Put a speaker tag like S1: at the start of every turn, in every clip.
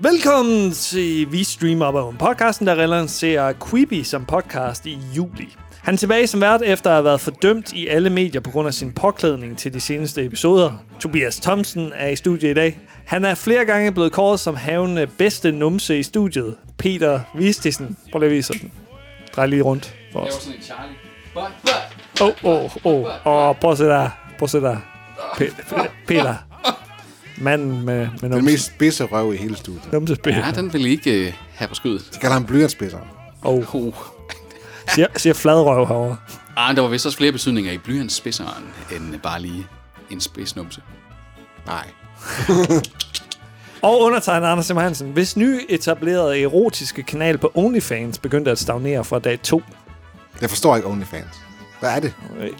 S1: Velkommen til Vi Stream Up om podcasten, der relancerer Quibi som podcast i juli. Han er tilbage som vært efter at have været fordømt i alle medier på grund af sin påklædning til de seneste episoder. Tobias Thomsen er i studiet i dag. Han er flere gange blevet kåret som havende bedste numse i studiet. Peter Vistisen. Prøv lige at vise den. Drej lige rundt for
S2: Jeg var
S1: os.
S2: sådan en Charlie. But, but,
S1: Åh, åh, åh. Åh, prøv at se der. Prøv at se der. Pe- Pe- Peter. Manden med, med
S3: Den
S1: numse,
S3: mest spidse røv i hele studiet.
S1: numsespinder.
S2: ja, den vil I ikke øh, have på skødet.
S3: De kalder ham blyantspidser.
S1: Og
S2: Oh.
S1: siger, siger fladrøv herovre.
S2: Ah, der var vist også flere betydninger i blyantspidseren, end bare lige en spidsnumse.
S3: Nej.
S1: Og undertegnet Anders Simmer Hansen, hvis ny etablerede erotiske kanal på OnlyFans begyndte at stagnere fra dag 2.
S3: Jeg forstår ikke OnlyFans. Hvad er det?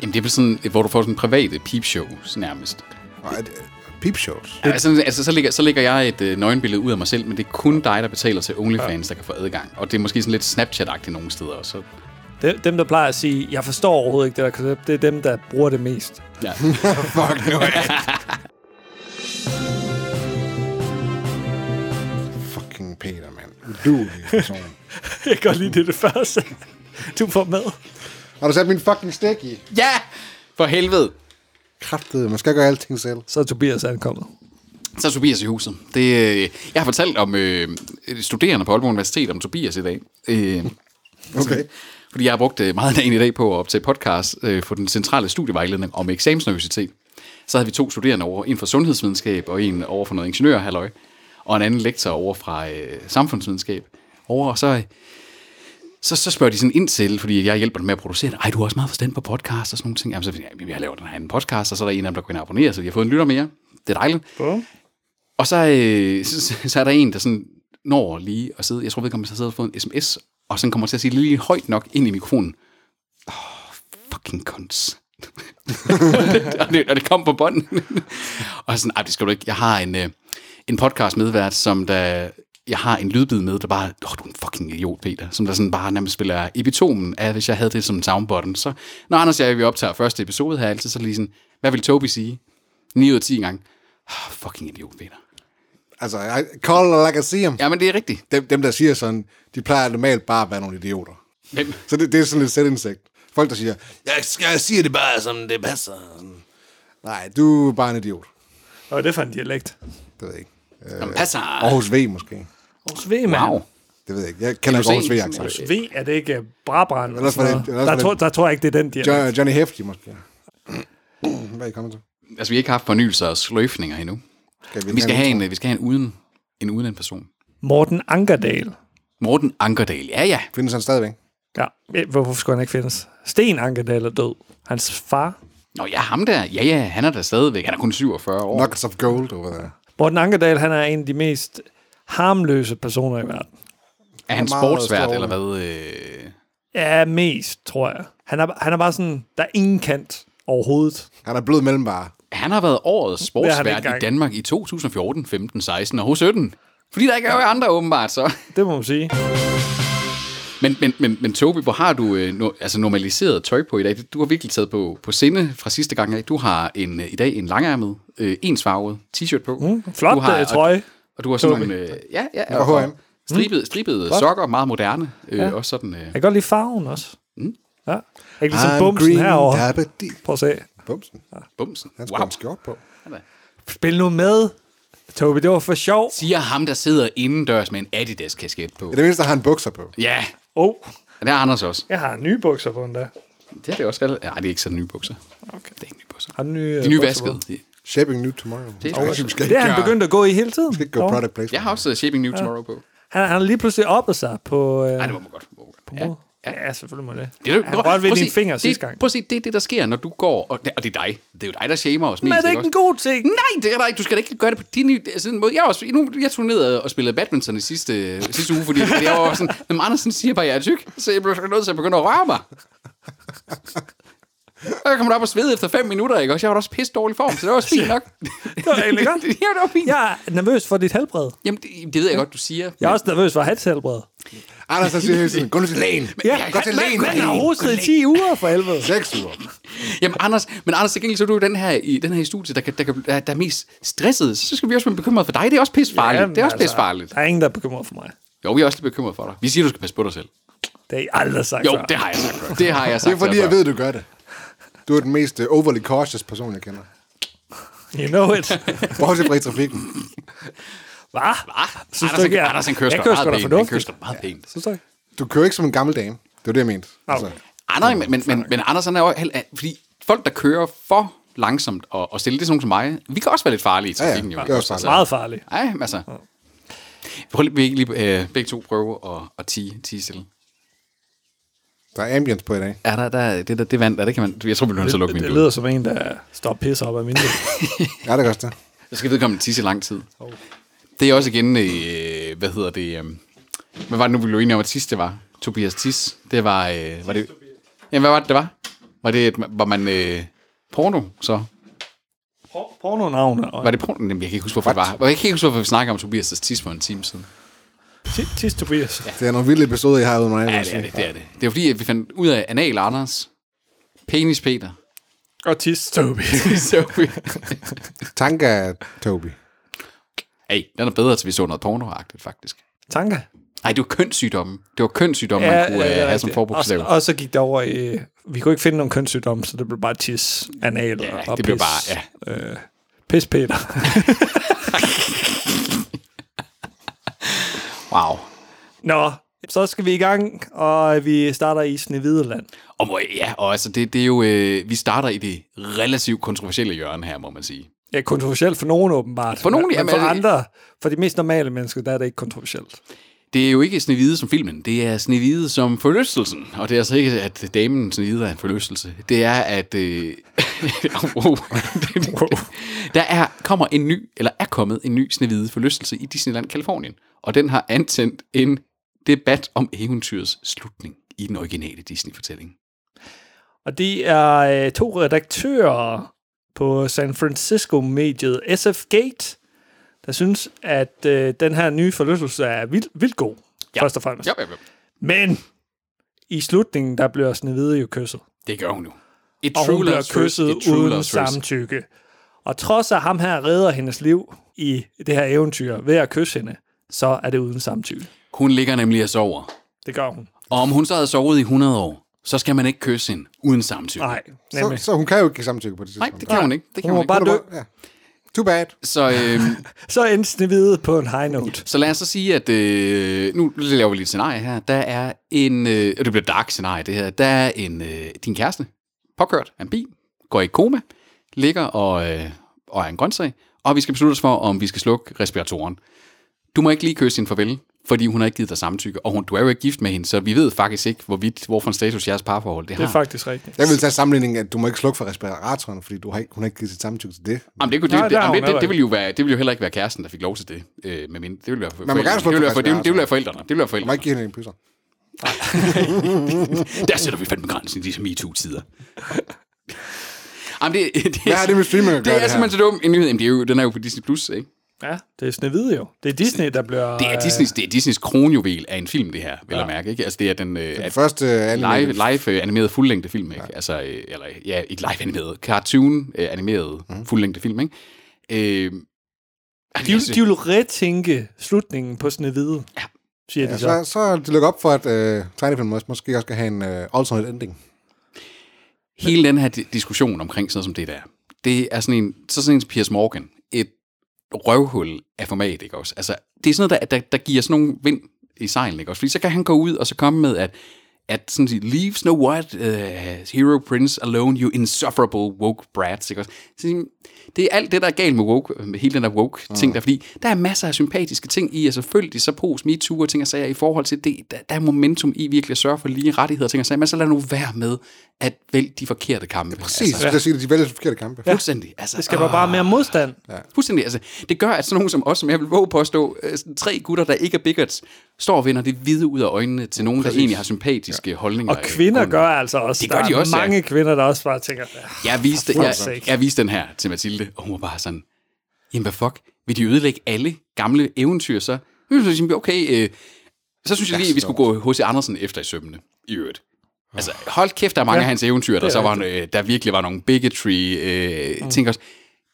S2: Jamen, det er vel sådan, øh, hvor du får sådan en private peepshow nærmest.
S3: Og er det peepshows?
S2: Ja, altså, altså så, lægger, så lægger jeg et øh, nøgenbillede ud af mig selv, men det er kun dig, der betaler til OnlyFans, ja. der kan få adgang. Og det er måske sådan lidt Snapchat-agtigt nogle steder. og Så,
S1: De- Dem, der plejer at sige, jeg forstår overhovedet ikke det der koncept, det er dem, der bruger det mest.
S2: ja.
S3: Fuck nu af. Fucking Peter, mand. Uduelig person.
S1: Jeg kan godt lide det, er det første, du får med.
S3: Har du sat min fucking stik i?
S2: ja! For helvede!
S3: Kræftede, man skal gøre alting selv.
S1: Så er Tobias ankommet.
S2: Så er Tobias i huset. Det, øh, jeg har fortalt om øh, studerende på Aalborg Universitet om Tobias i dag. Øh,
S3: Okay.
S2: Fordi jeg har brugt øh, meget af dagen i dag på at optage podcast øh, for den centrale studievejledning om eksamensnervositet. Så havde vi to studerende over, en fra sundhedsvidenskab og en over for noget ingeniørhalløj, og en anden lektor over fra øh, samfundsvidenskab. Over, og så, øh, så, så spørger de sådan ind til, fordi jeg hjælper dem med at producere det. Ej, du har også meget forstand på podcast og sådan nogle ting. Jamen, så siger jeg, "Jamen, jeg laver den her anden podcast, og så er der en af dem, der går ind og abonnerer, så de har fået en lytter mere. Det er dejligt. Og så, øh, så, så- så er der en, der sådan når lige at sidde, jeg tror vedkommende har siddet og fået en sms, og sådan kommer til at sige lige højt nok ind i mikrofonen, oh, fucking kons. og, det, og det kom på bånd. og sådan, nej, det skal du ikke. Jeg har en, øh, en podcast medvært, som der, jeg har en lydbid med, der bare, åh, oh, du er en fucking idiot, Peter, som der sådan bare nærmest spiller epitomen af, hvis jeg havde det som soundbutton. Så når Anders og jeg, vi optager første episode her, altid så lige sådan, hvad vil Toby sige? 9 ud af 10 gange. Oh, fucking idiot, Peter.
S3: Altså, I call it like I see 'em.
S2: Ja, men det er rigtigt.
S3: Dem, dem, der siger sådan, de plejer normalt bare at være nogle idioter.
S2: Hvem?
S3: Så det, det er sådan lidt selvindsigt. Folk, der siger, jeg, jeg siger det bare, som det passer. Sådan. Nej, du er bare en idiot.
S1: Og det er for en dialekt.
S3: Det ved jeg ikke. Øh,
S2: Jamen, passer.
S3: Aarhus V måske.
S1: Hos V, mand.
S2: Wow.
S3: Det ved jeg ikke. Jeg kender ikke Aarhus V,
S2: se-
S3: accent.
S1: Hos V er det ikke Brabrand. eller
S3: Ellers var
S1: sådan
S3: det-
S1: noget?
S3: ellers
S1: Der,
S3: var det-
S1: tror, der tror jeg ikke, det er den dialekt.
S3: Jo- Johnny Hefti måske. Hvad er I kommet til?
S2: Altså, vi har ikke haft fornyelser og sløjfninger endnu. Vi skal, have en, vi skal have en uden en uden en person.
S1: Morten Ankerdal.
S2: Morten Ankerdal. Ja, ja.
S3: Findes han stadigvæk?
S1: Ja, eh, hvorfor skulle han ikke findes? Sten Ankerdal er død. Hans far.
S2: Nå, ja, ham der. Ja, ja, han er der stadigvæk. Han er kun 47 år.
S3: Nuggets of Gold over der.
S1: Morten Ankerdal, han er en af de mest harmløse personer i verden.
S2: er han
S3: er meget
S2: sportsvært,
S3: stor.
S2: eller hvad? Øh,
S1: Ja, mest, tror jeg. Han er, han er bare sådan, der er ingen kant overhovedet.
S3: Han er blød mellemvare.
S2: Han har været årets
S1: har han
S2: sportsvært
S1: ikke
S2: i
S1: gang.
S2: Danmark i 2014, 15, 16 og hos 17. Fordi der ikke er andre, åbenbart, så.
S1: Det må man sige.
S2: Men, men, men, men Tobi, hvor har du øh, no, altså normaliseret tøj på i dag? Du har virkelig taget på, på sinde fra sidste gang af. Du har en, øh, i dag en langærmet, øh, ensfarvet t-shirt på. Mm,
S1: flot,
S2: du har,
S1: øh, trøje,
S2: Og, og du har sådan
S1: Tobi.
S2: nogle... Øh, ja, ja.
S3: Fra
S2: og-
S3: H&M.
S2: Stribede, stribede sokker, meget moderne. Øh, ja. Også sådan... Øh,
S1: Jeg kan godt lide farven også. Mm. Ja. Jeg kan ikke ligesom
S3: I'm
S1: bumsen
S3: green,
S1: herovre.
S3: Aberdeen.
S1: Prøv at se.
S3: Bumsen.
S2: bumsen.
S3: Han skal
S2: Wow.
S3: wow. en skjort på.
S1: Spil nu med. Tobi, det var for sjov.
S2: Siger ham, der sidder indendørs med en Adidas-kasket på.
S3: I det mindste har han bukser på.
S2: Ja,
S1: Åh, oh,
S2: og det har Anders også.
S1: jeg har nye bukser på endda.
S2: Det er det også. Nej, det er ikke sådan nye bukser. Okay. Det er ikke nye bukser.
S1: Har øh, nye,
S2: De er nyvaskede.
S3: Shaping new tomorrow. Det
S2: er-
S3: vi skal
S1: Det
S3: ikke
S1: er han
S3: gøre-
S1: begyndt at gå i hele tiden.
S3: skal ikke gå
S1: Nå.
S3: product placement.
S2: Jeg har også Shaping New Tomorrow på.
S1: Han, han har lige pludselig oppet sig på... Øh,
S2: Nej, det må man godt. Det må man godt. Ja.
S1: ja. ja, selvfølgelig må det.
S2: Det er jo,
S1: han rørte ved
S2: prøv at
S1: dine
S2: se,
S1: fingre
S2: det,
S1: sidste gang.
S2: Prøv at se, det er det, der sker, når du går, og, og det er dig. Det er jo dig, der shamer os mest.
S1: Men er det ikke en
S2: også? Mm.
S1: god ting?
S2: Nej, det er der ikke. Du skal da ikke gøre det på din altså, måde. Jeg, er også, nu, jeg tog ned og spillede badminton i sidste, sidste uge, fordi fordi jeg var sådan, men Andersen siger bare, at jeg er tyk, så jeg blev nødt til at begynde at røre mig. Og jeg kom op og svede efter fem minutter, ikke? Også jeg var da også pisse dårlig form, så det var også fint nok. det
S1: var egentlig godt.
S2: ja, det var fint. Ja.
S1: Jeg er nervøs for dit helbred.
S2: Jamen, det, det, ved jeg godt, du siger.
S1: Jeg er også nervøs for hans helbred.
S3: Anders, han siger hele tiden, gå nu til lægen.
S1: Ja,
S3: gå til lægen.
S1: Men jeg har
S3: Gå til
S1: hostet i 10 uger for helvede.
S3: Seks uger.
S2: Jamen, Anders, men Anders, til gengæld så er du jo den her i, den her i studiet, der, kan, der, kan, der, der er mest stresset. Så skal vi også være bekymret for dig. Det er også pissefarligt.
S1: Jamen, altså.
S2: det er også pissefarligt.
S1: Der er ingen, der er bekymret for mig.
S2: Jo, vi er også lidt bekymret for dig. Vi siger, du skal passe på dig selv.
S1: Det har I aldrig sagt
S2: Jo,
S1: før.
S2: det har jeg sagt. før. Det har jeg sagt.
S3: Det er fordi,
S2: før.
S3: jeg ved, du gør det. Du er den mest øh, overly cautious person, jeg kender.
S1: You know it.
S3: Bortset fra i trafikken.
S1: Hvad?
S2: Anders, han,
S1: jeg-
S2: Anders, han kører
S1: jeg
S2: sgu da meget
S1: da
S2: pænt. Han
S1: fornuftigt.
S2: kører sgu da meget pænt.
S1: Synes du ikke?
S3: Du kører ikke som en gammel dame. Det var det, jeg mente. Altså,
S2: Anders, Ah, men, men, men, men Anders, han er jo... hel- er- Fordi folk, der kører for langsomt og, og stille, det er sådan nogen som mig. Vi kan også være lidt farlige i
S3: ja,
S2: trafikken,
S3: det
S2: jo.
S3: er også farligt.
S1: Altså, Meget farligt.
S2: Nej, men altså. Prøv lige, vi ikke lige øh, begge to prøve at, at tige, tige stille.
S3: der er ambience på i dag.
S2: Er der, der, det, der, det vand, der, det kan man, jeg tror, vi bliver nødt til at lukke
S1: Det
S2: vinduet.
S1: lyder som en, der står og pisser op af vinduet.
S3: Ja, det er også det.
S2: Så skal vedkommende tisse i lang tid. Det er også igen, øh, hvad hedder det, øh, hvad var det nu, vi blev enige om, at sidst det var? Tobias Tis. Det var, øh, var det, jamen, hvad var det, det var? Var det, et- var man øh, porno, så?
S1: Pornonavne og
S2: Var det porno? Jamen, jeg kan ikke huske, hvorfor det var. Jeg kan ikke huske, hvorfor vi snakker om Tobias' Tis for en time siden.
S1: Ti- Tis Tobias.
S3: Det er nogle vilde episoder, jeg har ude med mig.
S2: Ja, det er det, det er det. Det er fordi, at vi fandt ud af Anal Anders, Penis Peter.
S1: Og Tis Tobias.
S2: så vi...
S3: Tanker, Toby.
S2: Hey, den er bedre, til vi så noget porno faktisk.
S1: Tanker.
S2: Nej, det var kønssygdomme. Det var kønssygdomme, ja, man kunne ja,
S1: det er
S2: have som
S1: rigtigt.
S2: forbrugslev.
S1: Og, så- og så gik det over i... Vi kunne ikke finde nogen kønssygdomme, så det blev bare tis, anal
S2: Ja,
S1: og
S2: det
S1: pis.
S2: blev bare-
S1: Øh, pis Peter.
S2: Wow.
S1: Nå, så skal vi i gang, og vi starter i Snevideland.
S2: Og må, ja, og altså, det, det er jo, øh, vi starter i det relativt kontroversielle hjørne her, må man sige.
S1: Ja, kontroversielt for nogen åbenbart.
S2: For nogen,
S1: men,
S2: jamen, øh,
S1: men for
S2: er det-
S1: andre, for de mest normale mennesker, der er det ikke kontroversielt.
S2: Det er jo ikke snevide som filmen, det er snevide som forlystelsen. Og det er altså ikke, at damen snevide er en forlystelse. Det er, at... Øh, wow. Der er, kommer en ny, eller er kommet en ny snevide forlystelse i Disneyland, Kalifornien. Og den har antændt en debat om eventyrets slutning i den originale Disney-fortælling.
S1: Og de er øh, to redaktører på San Francisco-mediet SF Gate, der synes, at øh, den her nye forlystelse er vildt, vildt god, ja. først og fremmest.
S2: Ja, ja, ja.
S1: Men i slutningen, der bliver Snevide jo kysset.
S2: Det gør hun nu. Et
S1: Og hun bliver
S2: love's first,
S1: kysset
S2: et true
S1: uden
S2: love's first.
S1: samtykke. Og trods at ham her redder hendes liv i det her eventyr ved at kysse hende, så er det uden samtykke.
S2: Hun ligger nemlig og sover.
S1: Det gør hun.
S2: Og om hun så havde sovet i 100 år, så skal man ikke kysse hende uden samtykke.
S1: Nej,
S3: Så,
S1: nemlig.
S3: så hun kan jo ikke give samtykke på det
S2: Nej,
S3: tidspunkt.
S2: det kan hun ikke. Det
S1: Hun
S2: kan hun
S1: må
S2: ikke.
S1: bare dø.
S3: Ja. Too bad.
S2: Så, øhm,
S1: Så endte Snevide på en high note.
S2: så lad os så sige, at øh, nu laver vi lige et scenarie her. Der er en, øh, og det bliver et dark scenarie det her. Der er en, øh, din kæreste, påkørt af en bil, går i koma, ligger og, øh, og er en grøntsag, og vi skal beslutte os for, om vi skal slukke respiratoren. Du må ikke lige kysse hende farvel, fordi hun har ikke givet dig samtykke, og hun, du er jo ikke gift med hende, så vi ved faktisk ikke, hvorvidt, hvorfor en status jeres parforhold det har.
S1: Det er faktisk rigtigt.
S3: Jeg vil tage sammenligningen, at du må ikke slukke for respiratoren, fordi du har ikke, hun har ikke givet sit samtykke til det.
S2: Jamen,
S1: Nej,
S2: det, kunne, det, det,
S1: der er hun
S2: jamen, det,
S1: heller
S2: det, det,
S1: ikke.
S2: ville jo være, det ville jo heller ikke være kæresten, der fik lov til det. Øh, med mindre. Det ville være, for,
S3: Man må gerne
S2: det
S3: slå
S2: ville være,
S3: på
S2: for, det, ville- det ville være
S3: respirator.
S2: forældrene. Det ville være
S3: Du må
S2: forældrene.
S3: ikke give hende en pysser.
S2: Der sætter vi fandme grænsen ligesom i disse MeToo-tider. Jamen, det, det,
S3: Hvad har det med streaming at
S2: det
S3: gøre,
S2: er
S3: det her?
S2: simpelthen så dum en nyhed. Jamen, det er jo, den er jo på Disney+, Plus, ikke?
S1: Ja, det er Snevide jo. Det er Disney, der bliver... øh,
S2: Det er, Disneys, det er Disneys kronjuvel af en film, det her, vil jeg mærke. Ikke? Altså, det er den øh,
S3: Den
S2: at-
S3: første øh,
S2: live,
S3: anime.
S2: live øh, animeret fuldlængde film, ikke? Ja. Altså, øh, eller ja, ikke live animeret, cartoon øh, animeret
S3: Mhm.
S2: mm. fuldlængde film, ikke? Øh,
S1: De, vil- de vil retænke slutningen på Snevide, ja. siger
S3: Ja,
S1: de
S3: så,
S1: så.
S3: så er det lukket op for, at øh, tegnefilm også, måske også skal have en øh, alternate ending.
S2: Altså, hele den her di- diskussion omkring sådan noget som det der, det er sådan en, så sådan en som Piers Morgan, et røvhul af format, ikke også? Altså, det er sådan noget, der, der, der giver sådan nogle vind i sejlen, ikke også? Fordi så kan han gå ud og så komme med, at, at sådan sige, leave Snow White, uh, hero prince alone, you insufferable woke brats, ikke også? Så, sådan, det er alt det, der er galt med woke, med hele den der woke
S1: Mm.
S2: ting der, fordi der er masser af sympatiske ting i, og selvfølgelig så pos MeToo og ting og sager i forhold til det, der, der er momentum i virkelig at sørge for lige rettigheder og ting og sager, men så lad nu være med at vælge de forkerte kampe.
S3: Præcis, altså, ja. sige, at de vælger de forkerte kampe. Ja.
S2: Fuldstændig. Altså,
S1: Det skal være bare mere modstand. Ja.
S2: Fuldstændig. Altså, det gør, at sådan nogen som os, som jeg vil våge på at stå, øh, sådan tre gutter, der ikke er bigots, står og vender det hvide ud af øjnene til nogen, der egentlig har sympatiske ja. holdninger.
S1: Og
S2: øh,
S1: kvinder
S2: grundlæggende.
S1: gør altså også.
S2: Det gør
S1: der
S2: de
S1: er
S2: også, ja.
S1: mange kvinder, der også bare tænker, "Ja,
S2: Jeg viste,
S1: For
S2: jeg,
S1: fuck's sake.
S2: jeg viste den her til Mathilde, og hun var bare sådan, jamen hvad fuck, vil de ødelægge alle gamle eventyr så? Så synes jeg, Okay, øh, så synes jeg lige, at vi skulle gå H.C. Andersen efter i sømmene, i øvrigt. Altså, hold kæft, der er mange ja,
S1: Ja,
S2: af hans eventyr, der,
S1: det
S2: så
S1: er
S2: var, øh, der virkelig var nogle bigotry øh, mm. ting også.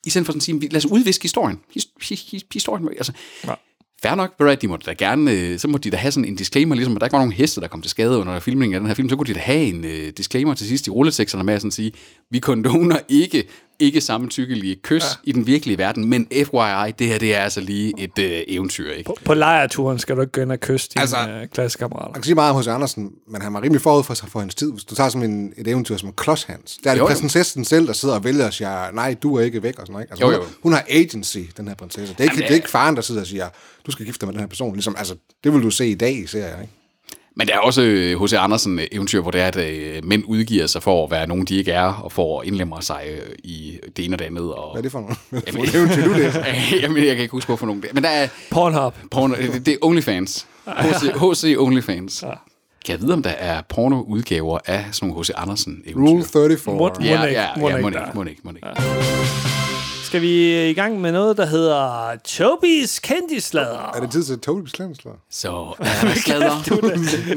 S2: I stedet for sådan at sige, lad os udviske historien. His, his, his, historien, altså, ja.
S1: Ja.
S2: Fair nok, ved du hvad, de måtte da gerne, øh, så må de da have sådan en disclaimer, ligesom at der ikke var nogen heste, der kom til skade under filmningen af den her film, så kunne de da have en øh, disclaimer til sidst i rulleteksterne med at sådan sige, vi kondoner ikke, ikke samtykkelige kys ja. i den virkelige verden, men FYI, det her det er altså lige et øh, eventyr, ikke?
S1: På lejreturen skal du ikke gå ind og kysse dine
S3: Altså-
S1: altså, øh, klassekammerater.
S3: Man kan sige meget om hos Andersen, men han var rimelig forud for, sig for hans tid. Hvis du tager som en, et eventyr som Klods Hans, der er det
S2: Jo, jo.
S3: prinsessen selv, der sidder og vælger og siger, nej, du er ikke væk og sådan noget. ikke? Altså,
S2: Jo,
S3: hun,
S2: jo.
S3: Har, hun har agency, den her prinsesse. Det er, ikke,
S2: Jamen,
S3: det er ikke faren, der sidder og siger, du skal gifte dig med den her person. Ligesom, altså, det vil du se i dag, ser jeg. Ikke?
S2: Men der er også øh, H.C. Andersen øh, eventyr, hvor det er, at øh, mænd udgiver sig for at være nogen, de ikke er, og for at indlemmer sig øh, i det ene og det andet. Og,
S3: Hvad er det for nogle
S2: Jamen,
S3: nogle eventyr, du læser?
S2: Jamen, jeg kan ikke huske, hvorfor nogen det er. Men der er
S1: Pornhub.
S2: porno, det, det er OnlyFans. H.C. H.C. OnlyFans. Kan jeg vide, om der er pornoudgaver af sådan nogle H.C. Andersen eventyr?
S3: Rule 34.
S1: What?
S2: Ja,
S1: Mon ikke,
S2: ja,
S1: mon
S2: ja,
S1: ikke,
S2: må
S1: der
S2: ikke,
S1: er.
S2: må ikke, må ikke.
S1: Skal vi i gang med noget, der hedder Tobis kendtislader?
S3: Er det tid til Tobi Slamsler?
S2: Så er der sladder.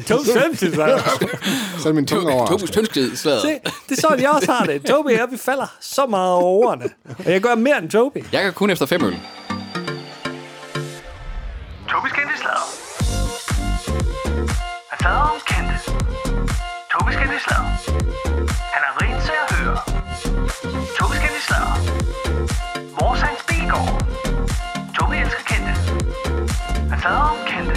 S1: Tobis kendtislader.
S3: Så er min tunge over.
S2: Tobus Tønsked sladder.
S1: Se, det er sådan, jeg også har det. Tobi og jeg, vi falder så meget over ordene. Og jeg gør mere end Tobi.
S2: Jeg kan kun efter fem øl.
S4: Tobis kendte slader. Han fader om kendte. Tobis kendte slader. Han er rent til at høre. Tobis kendte slader. Vores hans bilgård. Tobi elsker kendte. Han fader om kendte.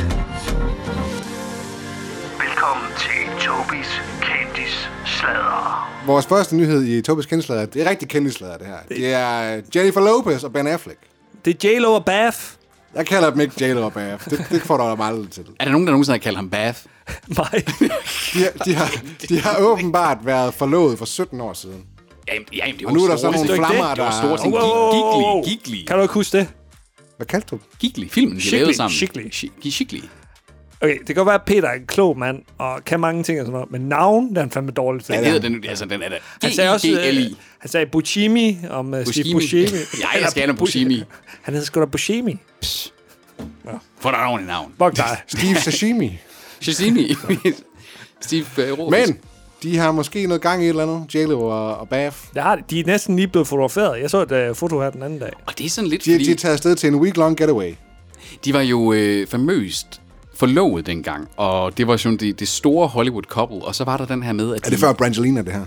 S4: Velkommen til Tobis kendtis slader.
S3: Vores første nyhed i Tobis kendtislader, det er rigtig kendtislader, det her. Det er Jennifer Lopez og Ben Affleck.
S1: Det er J-Lo og Bath.
S3: Jeg kalder dem ikke J-Lo og Ben Affleck. Det, det får du mig aldrig til.
S2: Er der nogen, der nogensinde har kaldt ham Bath?
S1: Nej.
S3: De, har- de, har, de har åbenbart været forlovet for 17 år siden.
S2: Jamen, jamen, det var
S3: Og nu er der
S2: store
S3: så nogle
S2: ting.
S1: ikke
S3: flammer,
S1: det?
S2: Det
S3: der...
S2: var store ting.
S1: Wow, wow, wow.
S2: Gigli, gigli.
S1: Kan du ikke huske det?
S3: Hvad kaldte du dem?
S2: Gigli, filmen, de
S1: Shigli,
S2: lavede sammen.
S1: Shigli.
S2: Shigli. Shigli.
S1: Okay, det kan godt være, at Peter er en klog mand, og kan mange ting og sådan noget, men navn, den er fandme dårlig til.
S2: Den hedder den, altså den er der.
S1: Han sagde også, øh,
S2: G-I-G-L-I.
S1: han sagde Buscemi om uh, Steve
S2: Buscemi.
S1: Buscemi.
S2: Ja, jeg skal have noget Buscemi.
S1: Han hedder sgu da Buscemi.
S2: Få dig et ordentligt navn.
S1: Fuck dig.
S3: Steve Sashimi.
S2: Shazimi. Steve øh, Rodes.
S3: Men de har måske noget gang i et eller andet. J-Lo og, og Baff.
S1: Det har de. de er næsten lige blevet fotograferet. Jeg så et uh, foto her den anden dag.
S2: Og det er sådan lidt,
S3: De, de er
S2: fordi
S3: taget afsted til en week-long getaway.
S2: de var jo øh, famøst forlovet dengang, og det var sådan det, det store Hollywood-couple, og så var der den her med, at
S3: Er det før Brangelina, det her?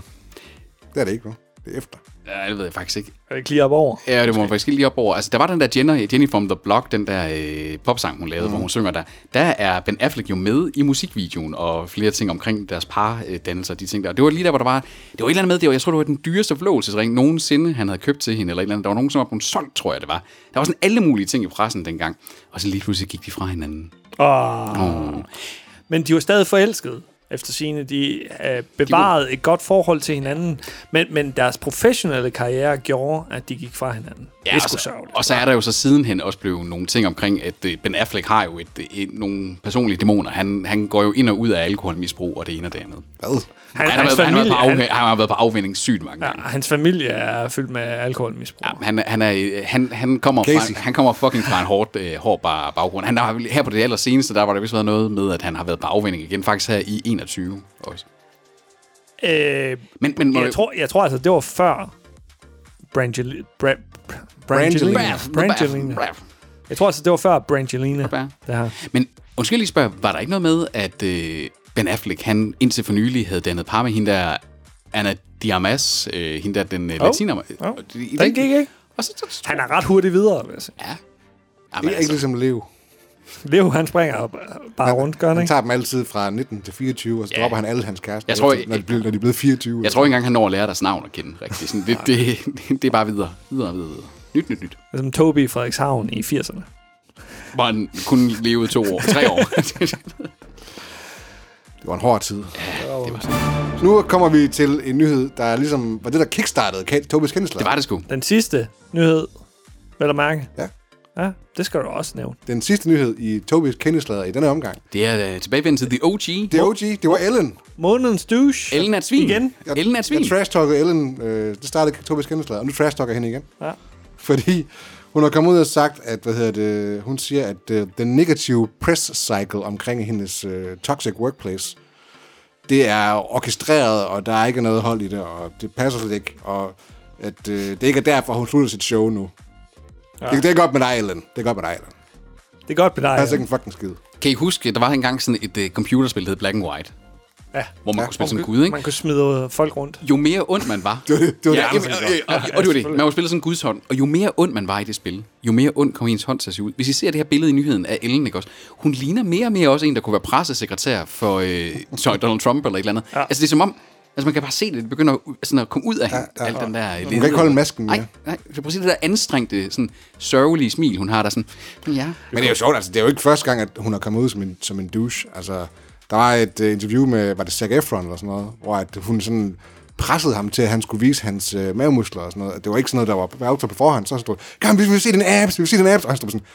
S3: Det er det ikke, nu. Det er efter.
S2: Ja, det ved jeg faktisk ikke.
S1: Er det lige op over?
S2: Ja, det må man faktisk lige op over. Altså, der var den der Jenny, Jenny from the Block, den der øh, popsang, hun lavede, mm. hvor hun synger der. Der er Ben Affleck jo med i musikvideoen, og flere ting omkring deres pardannelser og de ting der. Og det var lige der, hvor der var... Det var et eller andet med, det var, jeg tror, det var den dyreste forlovelsesring nogensinde, han havde købt til hende, eller et eller andet. Der var nogen, som var hun solgt, tror jeg, det var. Der var sådan alle mulige ting i pressen dengang. Og så lige pludselig gik de fra hinanden. Oh.
S1: Men de var stadig forelskede efter sine. De uh, bevarede et godt forhold til hinanden, men, men deres professionelle karriere gjorde, at de gik fra hinanden. Ja, det er sgu
S2: og, så,
S1: sørgeligt.
S2: og så er der jo så sidenhen også blevet nogle ting omkring, at øh, Ben Affleck har jo et, et, et, nogle personlige dæmoner. Han, han går jo ind og ud af alkoholmisbrug og det ene og det andet.
S3: Hvad?
S1: Han,
S2: Han, han, har,
S1: hans,
S2: været, han, har,
S1: familie,
S2: været på
S1: han,
S2: afvæ- han har været på afvinding sygt mange
S1: ja,
S2: gange.
S1: hans familie er fyldt med alkoholmisbrug.
S2: Ja, han, er- han, er, han, han, kommer
S3: Casey.
S2: fra, han kommer fucking fra en hårdt, øh, hård bar- baggrund. Han har, her på det aller seneste, der var der vist været noget med, at han har været på afvinding igen, faktisk her i 21 også.
S1: Øh,
S2: Men, men må
S1: jeg, tror, jeg tror altså, det var før Brangeli- Bra- Brangelina.
S2: Braff,
S1: Brangelina.
S2: braff, braff.
S1: Jeg tror altså, det var før Brangelina.
S2: Braff.
S1: Det her.
S2: Men undskyld lige spørge, var der ikke noget med, at øh, Ben Affleck, han indtil for nylig havde dannet par med hende der, Anna Diamas, øh, hende der den øh, oh. latiner.
S1: Jo.
S2: Og det-
S1: Den gik ikke.
S2: Og så, så, så
S1: Han er ret hurtig videre. vil jeg sige.
S2: ja.
S3: Det
S2: Jamen,
S3: er ikke
S2: altså,
S3: ligesom Leo.
S1: Leo, han springer op, øh, bare rundt, gør han
S3: Han
S1: ikke?
S3: tager dem altid fra 19 til 24, og så
S2: Ja.
S3: dropper han alle hans kærester,
S2: Jeg tror,
S3: efter, når,
S2: jeg-
S3: de bliver, når de er blevet 24.
S2: jeg tror ikke engang, han når at lære deres navn at kende rigtigt. Sådan, det, det, det, det er bare videre, videre, videre, videre. Nyt, nyt, nyt.
S1: Som Ligesom Toby i Frederikshavn i 80'erne.
S2: Hvor han kun levede to år, tre år.
S3: Det var en hård tid.
S2: det, var,
S3: Nu kommer vi til en nyhed, der ligesom var det, der kickstartede Ka- Tobis kendtislader.
S2: det var det sgu.
S1: Den sidste nyhed, vel at mærke.
S3: Ja.
S1: Ja, det skal du også nævne.
S3: Den sidste nyhed i Tobis kendtislader i denne omgang.
S2: Det er øh, tilbagevendt til The OG.
S3: Det er OG, det var Ellen.
S1: Månedens douche.
S2: Ellen er et svin.
S1: Igen.
S2: Ellen er et
S3: Jeg
S2: svin.
S3: trash-talkede Ellen, øh, det startede Tobias Kendeslag, og nu trash-talker jeg hende igen.
S1: Ja.
S3: Fordi hun har kommet ud og sagt, at, hvad hedder det, hun siger, øh, at uh, the negative press cycle omkring hendes uh, toxic øh, workplace, det er orkestreret, og der er ikke noget hold i det, og det passer slet ikke, og at øh, det ikke er derfor, hun slutter sit show nu. Ja. Det, det er godt med dig, Ellen. Det er godt med dig, Ellen.
S1: Det er godt med dig.
S3: Der er ikke
S1: Allan.
S3: en fucking skid.
S2: Kan I huske, der var engang sådan et uh, computerspil, der hed Black and White,
S1: Ja.
S2: hvor man ja, kunne spille som en gud,
S1: Man
S2: ikke?
S1: kunne smide øh, folk rundt.
S2: Jo mere ond man var,
S3: Det var det, det var
S2: ja,
S3: det.
S2: jamen, øh, øh, og, og det var det. Man var spillet sådan en guds hånd, og jo mere ond man var i det spil, jo mere ond kom ens hånd til at se ud. Hvis I ser det her billede i nyheden af Ellen, ikke også? Hun ligner mere og mere også en, der kunne være pressesekretær for øh, sorry, Donald Trump eller et eller andet. Ja. Altså det er som om, altså man kan bare se det, det begynder at u- sådan at komme ud af hende, ja, ja, alt den der... Hun
S3: kan ikke holde masken
S2: Nej,
S3: mere.
S2: nej, så prøv at se det der anstrengte, sådan sørgelige smil, hun har der sådan, ja,
S3: Men det er jo sjovt, altså. Det er jo ikke første gang, at hun er kommet ud som en, som en douche. Altså, der var et uh, interview med, var det Zac Efron eller sådan noget, hvor at hun sådan pressede ham til, at han skulle vise hans øh, mavemuskler og sådan noget. Det var ikke sådan noget, der var aftalt på forhånd. Så stod kom, vi vil se den abs, vi vil se den abs. Og han stod sådan,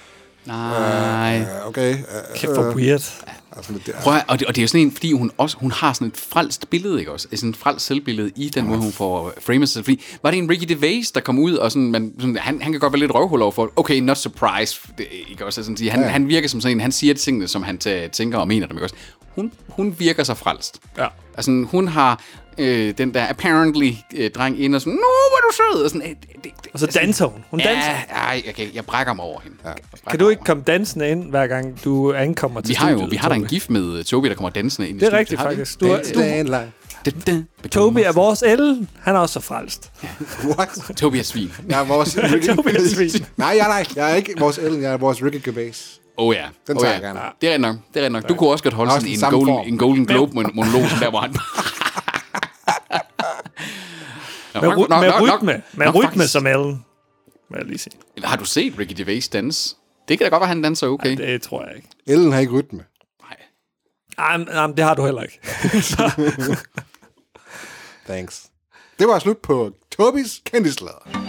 S2: nej.
S3: "Øh, okay. øh,
S1: Kæft for weird.
S3: øh." altså, det,
S2: Prøv at, og, det, og det er jo sådan en, fordi hun også hun har sådan et frelst billede, ikke også? Sådan et frelst selvbillede i den måde, hun får framet sig. selv. Fordi var det en Ricky DeVace, der kom ud, og sådan, man, sådan, han, han kan godt være lidt røvhul over for, okay, not surprised, det, ikke også? Altså, Sådan, at sige, han, ja. han virker som sådan en, han siger tingene, som han tæ- tænker og mener dem, ikke også? Hun, hun virker så frelst.
S1: Ja.
S2: Altså, hun har øh, den der apparently øh, dreng ind og sådan, nu var du sød, og sådan, øh, det, det,
S1: Og så danser hun. Hun danser.
S2: Ja, ej, okay, jeg brækker mig over hende. Ja.
S1: Kan du ikke komme dansende ind, hver gang du ankommer til
S2: Vi har jo
S1: studiet,
S2: vi har da en
S1: Tobi?
S2: gift med øh, Tobi, der kommer dansende ind
S1: Det
S2: i
S1: er
S2: studiet.
S1: rigtigt,
S2: Har vi
S1: faktisk. Du, du,
S2: det? Da, da.
S1: Tobi er vores Ellen. Han er også så frelst.
S3: What?
S2: Tobias Svin.
S3: Jeg er vores
S1: Tobias
S3: Ricky
S1: Svin.
S3: Nej, jeg, nej, jeg er ikke vores Ellen, jeg er vores Ricky Gervais.
S2: Oh ja.
S3: Den
S2: oh,
S3: tager
S2: ja.
S3: jeg gerne.
S2: Det er rigtig nok. Det er rigtig nok. Du kunne også godt holde
S3: Også
S2: sådan
S3: den
S2: en,
S3: samme
S2: golden,
S3: form.
S2: en Golden Globe mon- monolog, som der var han. Nå,
S1: Med,
S2: nok-
S1: ry-
S2: nok-
S1: med
S2: nok- nok-
S1: rytme. Med
S2: nok
S1: rytme
S2: faktisk-
S1: som Ellen. Må jeg lige sige.
S2: Eller Har du set Ricky Gervais danse? Det kan da godt være, han danser okay.
S1: Det tror jeg ikke.
S3: Ellen har ikke rytme.
S2: Nej.
S1: Ej, men- ej, men det har du heller ikke.
S3: Thanks. Det var slut på Tobis kendtislader.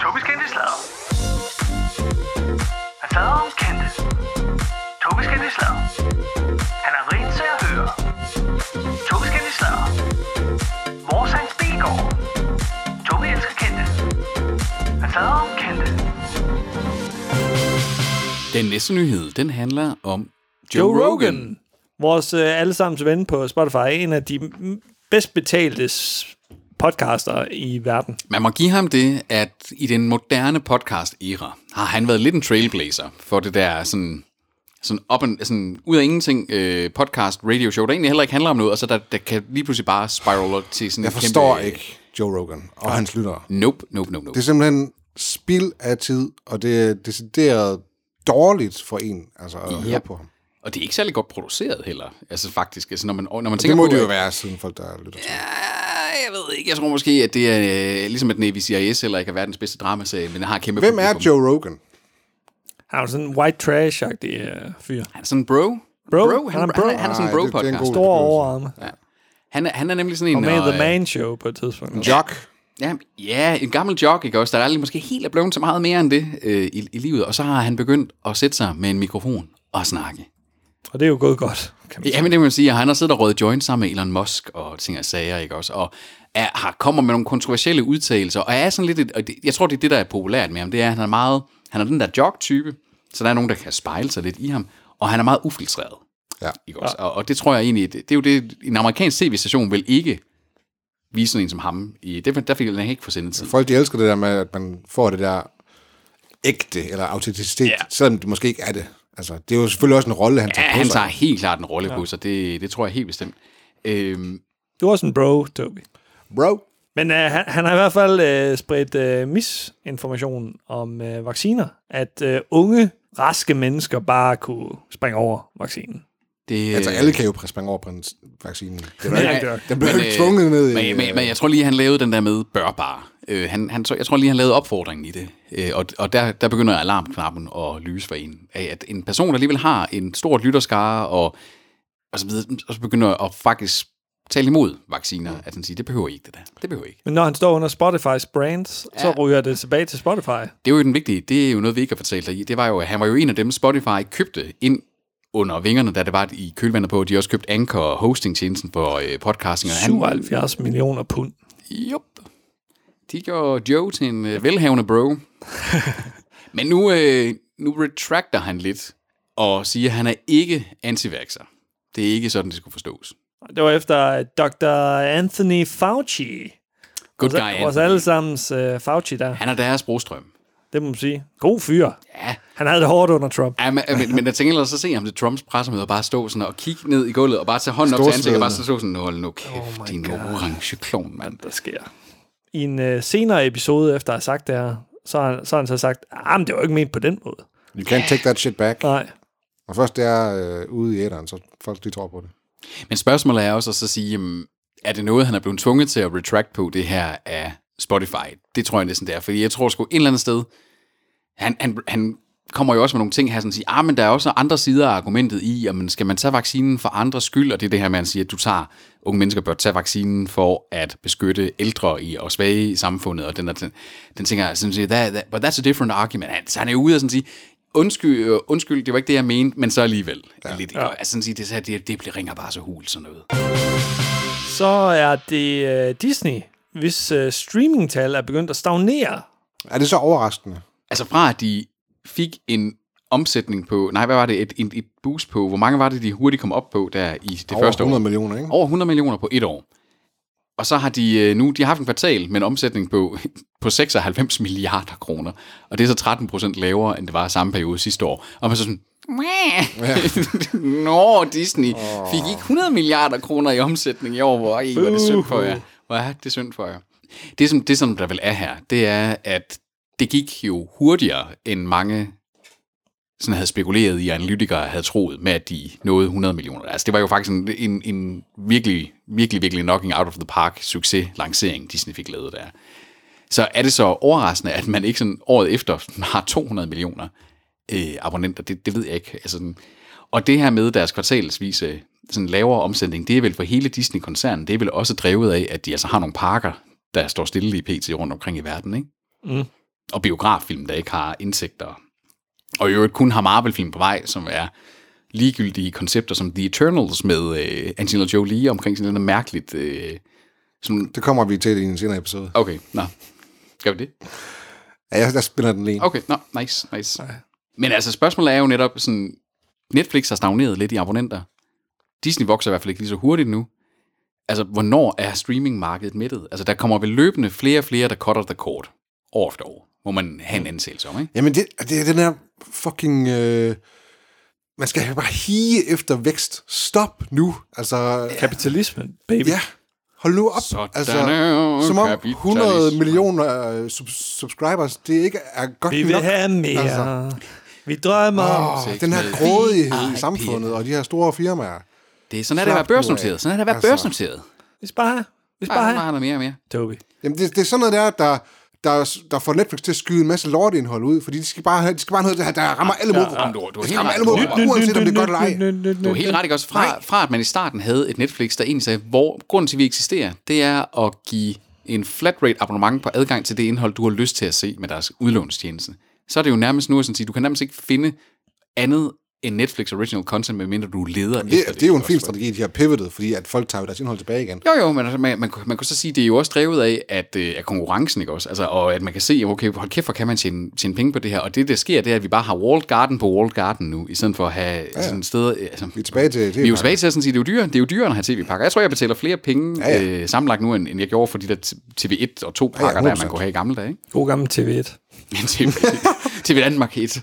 S4: Tobis kendte slader. Han slader om kendte. Tobis kendte slader. Han er rent til at høre. Tobis kendte slader. Mors hans bilgård. Tobi elsker kendte. Han slader om kendte.
S2: Den næste nyhed, den handler om Joe,
S1: Joe
S2: Rogan.
S1: Rogan. Vores øh, allesammens ven på Spotify. En af de m- bedst betalte s- podcaster i verden.
S2: Man må give ham det, at i den moderne podcast-era har han været lidt en trailblazer for det der sådan, sådan, op and, sådan ud af ingenting øh, podcast radio show, der egentlig heller ikke handler om noget, og så der, der kan lige pludselig bare spiral op til sådan
S3: Jeg
S2: en
S3: forstår
S2: kæmpe, øh,
S3: ikke Joe Rogan og hans lyttere.
S2: Nope, nope, nope, nope.
S3: Det er simpelthen spild af tid, og det er decideret dårligt for en altså, at høre på ham.
S2: Og det er ikke særlig godt produceret heller. Altså faktisk, altså, når man, når man tænker
S3: Det må
S2: på...
S3: det jo
S2: at-
S3: være, siden folk, der lytter til.
S2: Ah, Jeg ved ikke, jeg tror måske, at det er øh, ligesom, at Navy CIS heller ikke er verdens bedste dramaserie, men har et kæmpe
S3: Hvem er
S2: publikum.
S3: Joe Rogan?
S1: Han er jo sådan en white trash-agtig øh, fyr.
S2: Han er sådan en bro.
S1: Bro?
S2: bro han,
S1: Han er bro?
S2: Han, er, han er sådan en
S3: Nej, det- det er en
S2: bro-podcast.
S3: god-
S1: Store overarme.
S2: han, er, han er nemlig sådan en...
S1: Og med i
S2: og,
S1: The
S2: øh,
S1: Man Show på et tidspunkt.
S3: Jock.
S2: Ja, ja, en gammel jog, ikke også? Der er aldrig måske helt er blevet så meget mere end det øh, i, i livet. Og så har han begyndt at sætte sig med en mikrofon og snakke.
S1: Og det er jo gået godt. Kan man sige.
S2: Ja, men det må man sige, at han har siddet og røget joint sammen med Elon Musk og ting og sager, ikke også? Og er, har, kommer med nogle kontroversielle udtalelser, og er sådan lidt, et, og det, jeg tror, det er det, der er populært med ham, det er, at han er meget, han er den der jog-type, så der er nogen, der kan spejle sig lidt i ham, og han er meget ufiltreret,
S3: Ja.
S2: ikke også? Og, og det tror jeg egentlig, det, det er jo det, en amerikansk tv-station vil ikke vise sådan en som ham i. Det, der fik han ikke for sendetid.
S3: Folk, de elsker det der med, at man får det der ægte eller autenticitet,
S2: Ja.
S3: selvom det måske ikke er det. Altså, det er jo selvfølgelig også en rolle, han
S2: Ja,
S3: tager
S2: han
S3: på sig.
S2: tager helt klart en rolle på sig, det, det tror jeg helt bestemt. Øhm,
S1: Du er også en bro, Toby.
S3: Bro.
S1: Men øh, han, han har i hvert fald øh, spredt øh, misinformation om øh, vacciner. At øh, unge, raske mennesker bare kunne springe over vaccinen.
S2: det,
S3: Altså, alle kan jo springe over på en s- vaccinen. Det er der
S1: Ja,
S3: ikke-
S1: det er-
S3: Den bliver
S2: Øh. Men, øh,
S3: jo ikke tvunget ned i...
S2: Men, men, men jeg tror lige, han lavede den der med bør bare. Øh, han, han, tror- jeg tror lige, han lavede opfordringen i det. Øh, og og der, der begynder alarmknappen at lyse for en. Af, At en person, der alligevel har en stor lytterskare, og, og, så, videre, og så begynder at faktisk tale imod vacciner,
S3: Mm.
S2: at han siger, det behøver I ikke det der. Det behøver I ikke.
S1: Men når han står under Spotify's brands, ja. så ryger det tilbage til Spotify.
S2: Det er jo den vigtige, det er jo noget, vi ikke har fortalt dig i. Det var jo, at han var jo en af dem, Spotify købte ind under vingerne, da det var i kølvandet på, at de også købte Anchor og hostingtjenesten for øh, podcasting. Og han,
S1: 77 millioner pund.
S2: Jup. De gjorde Joe til en øh, velhavende bro. Men nu, øh, nu retracter han lidt og siger, at han er ikke antivaxer. Det er ikke sådan, det skulle forstås.
S1: Det var efter Dr. Anthony Fauci.
S2: Good
S1: vores,
S2: guy,
S1: Vores
S2: Anthony.
S1: allesammens uh, Fauci der.
S2: Han er deres brugstrøm.
S1: Det må man sige. God fyr.
S2: Ja,
S1: Han havde det hårdt under Trump.
S2: Ja, men, men, men jeg tænker ellers at se ham til Trumps pressemøde og bare stå sådan og kigge ned i gulvet og bare tage hånden op til ansigtet og bare stå sådan, hold nu kæft, oh din orange klon, mand.
S1: Der sker. I en uh, senere episode, efter at have sagt det her, så har, så har han så sagt, ah, men det var ikke ment på den måde.
S3: You can't take that shit back.
S1: Nej.
S3: Når først det er øh, ude i æderen, så folk de tror på det.
S2: Men spørgsmålet er også at så sige, jamen, er det noget, han er blevet tvunget til at retract på det her af Spotify? Det tror jeg næsten, det er, fordi jeg tror sgu et eller andet sted, han, han, han kommer jo også med nogle ting her, sådan at sige, ah, men der er også andre sider af argumentet i, jamen, skal man tage vaccinen for andres skyld, og det er det her, man siger, at du tager, unge mennesker bør tage vaccinen for at beskytte ældre i, og svage i samfundet, og den, den, den tænker jeg sådan set, that, that, but that's a different argument. Han, så han er ude og sådan sige, undskyld, øh, undskyld, det var ikke det, jeg mente, men så alligevel. Ja. Lidt, ja. Altså sådan sige, det, så det, det bliver ringer bare så hul, sådan noget.
S1: Så er det uh, Disney, hvis uh, streamingtal er begyndt at stagnere.
S3: Er det så overraskende?
S2: Altså fra at de fik en omsætning på, nej, hvad var det, et, et, et boost på, hvor mange var det, de hurtigt kom op på der i det
S3: Over
S2: første år?
S3: 100 millioner, ikke?
S2: Over 100 millioner på et år. Og så har de øh, nu, de har haft en kvartal med en omsætning på, på 96 milliarder kroner. Og det er så 13 procent lavere, end det var samme periode sidste år. Og man så sådan, ja. Nå, Disney fik ikke 100 milliarder kroner i omsætning i år. Hvor, ej, hvor er det synd for jer. Hvor er det synd for jer. Det som, det, som der vel er her, det er, at det gik jo hurtigere, end mange sådan havde spekuleret i, og analytikere havde troet med, at de nåede 100 millioner. Altså, det var jo faktisk en, en, en virkelig, virkelig, virkelig knocking out of the park succes-lancering, Disney fik lavet der. Så er det så overraskende, at man ikke sådan året efter har 200 millioner øh, abonnenter? Det, det ved jeg ikke. Altså, sådan- og det her med deres kvartalsvise sådan lavere omsætning, det er vel for hele Disney-koncernen, det er vel også drevet af, at de altså har nogle parker, der står stille i PT rundt omkring i verden, ikke? Mm. Og biograffilm, der ikke har indtægter og i øvrigt kun har Marvel-film på vej, som er ligegyldige koncepter som The Eternals med øh, Angelina Jolie omkring sådan noget mærkeligt... Øh, sådan,
S3: Det kommer vi til i en senere episode.
S2: okay, nå. Gør vi det?
S3: Ja, jeg, jeg spiller den lige.
S2: Okay, nå, nice, nice. Men altså, spørgsmålet er jo netop sådan... Netflix har stagneret lidt i abonnenter. Disney vokser i hvert fald ikke lige så hurtigt nu. Altså, hvornår er streamingmarkedet midtet? Altså, der kommer vel løbende flere og flere, der cutter the cord år efter år, må man have en ansættelse om, ikke?
S3: Jamen, det, det er den her fucking... Øh, man skal bare hige efter vækst. Stop nu. Altså, ja,
S1: Kapitalismen, baby.
S3: ja hold nu op.
S2: Sådan
S3: altså,
S2: er
S3: som om
S2: kapitalismen.
S3: 100 millioner øh, sub- subscribers, det ikke er godt
S1: Vi vil
S3: nok.
S1: have mere.
S3: Altså.
S1: Vi drømmer om...
S3: Åh, den her grådighed i samfundet, og de her store firmaer.
S2: Det er sådan, at det er at
S3: Slap nu
S2: være
S3: af.
S2: børsnoteret. Sådan er det at være
S3: Altså.
S2: børsnoteret.
S1: Vi skal bare have. Vi skal bare
S2: Bare,
S1: have.
S2: bare noget mere og mere.
S1: Toby.
S3: Jamen, det, det er sådan noget der, der, der, der får Netflix til at skyde en masse lortindhold ud, fordi de skal bare have, de skal bare have noget, der, der rammer alle målprogrammer.
S2: du- du har
S3: Det
S2: helt
S3: rammer
S2: ret.
S3: alle
S2: Du-
S3: målprogrammer, uanset om det er godt eller ej.
S2: Du er helt ret, ikke også? Fra, fra at man i starten havde et Netflix, der egentlig sagde, hvor grunden til, at vi eksisterer, det er at give en flat rate abonnement på adgang til det indhold, du har lyst til at se med deres udlånstjeneste. Så er det jo nærmest nu, at sådan sige, du kan nærmest ikke finde andet end Netflix original content, medmindre du leder
S3: Det,
S2: efter
S3: det er jo en
S2: ikke
S3: fin
S2: også?
S3: strategi, de har pivotet, fordi at folk tager jo deres indhold tilbage igen.
S2: Jo, jo, men altså, man, man, kunne- man kunne så sige, det er jo også drevet af, at, øh, af konkurrencen, ikke også? Altså, og at man kan se, okay, hold kæft, hvor kan man tjene, tjene penge på det her? Og det, der sker, det er, at vi bare har walled garden på walled garden nu, i stedet for at have ja, sådan et sted... øh, Altså,
S3: Vi er tilbage til
S2: vi er jo
S3: TV-pakker.
S2: tilbage til at sådan sige, det er jo dyrere, det er jo dyrere at have tv-pakker. Jeg tror, jeg betaler flere penge ja,
S3: Ja,
S2: ja.
S3: ja.
S2: Øh, sammenlagt nu, end, end jeg gjorde for de der t- TV1 og 2-pakker, ja, ja, der
S3: 100%.
S2: man kunne have i gamle dage. Ikke?
S1: God gammel TV1.
S2: TV, TV Danmark 1.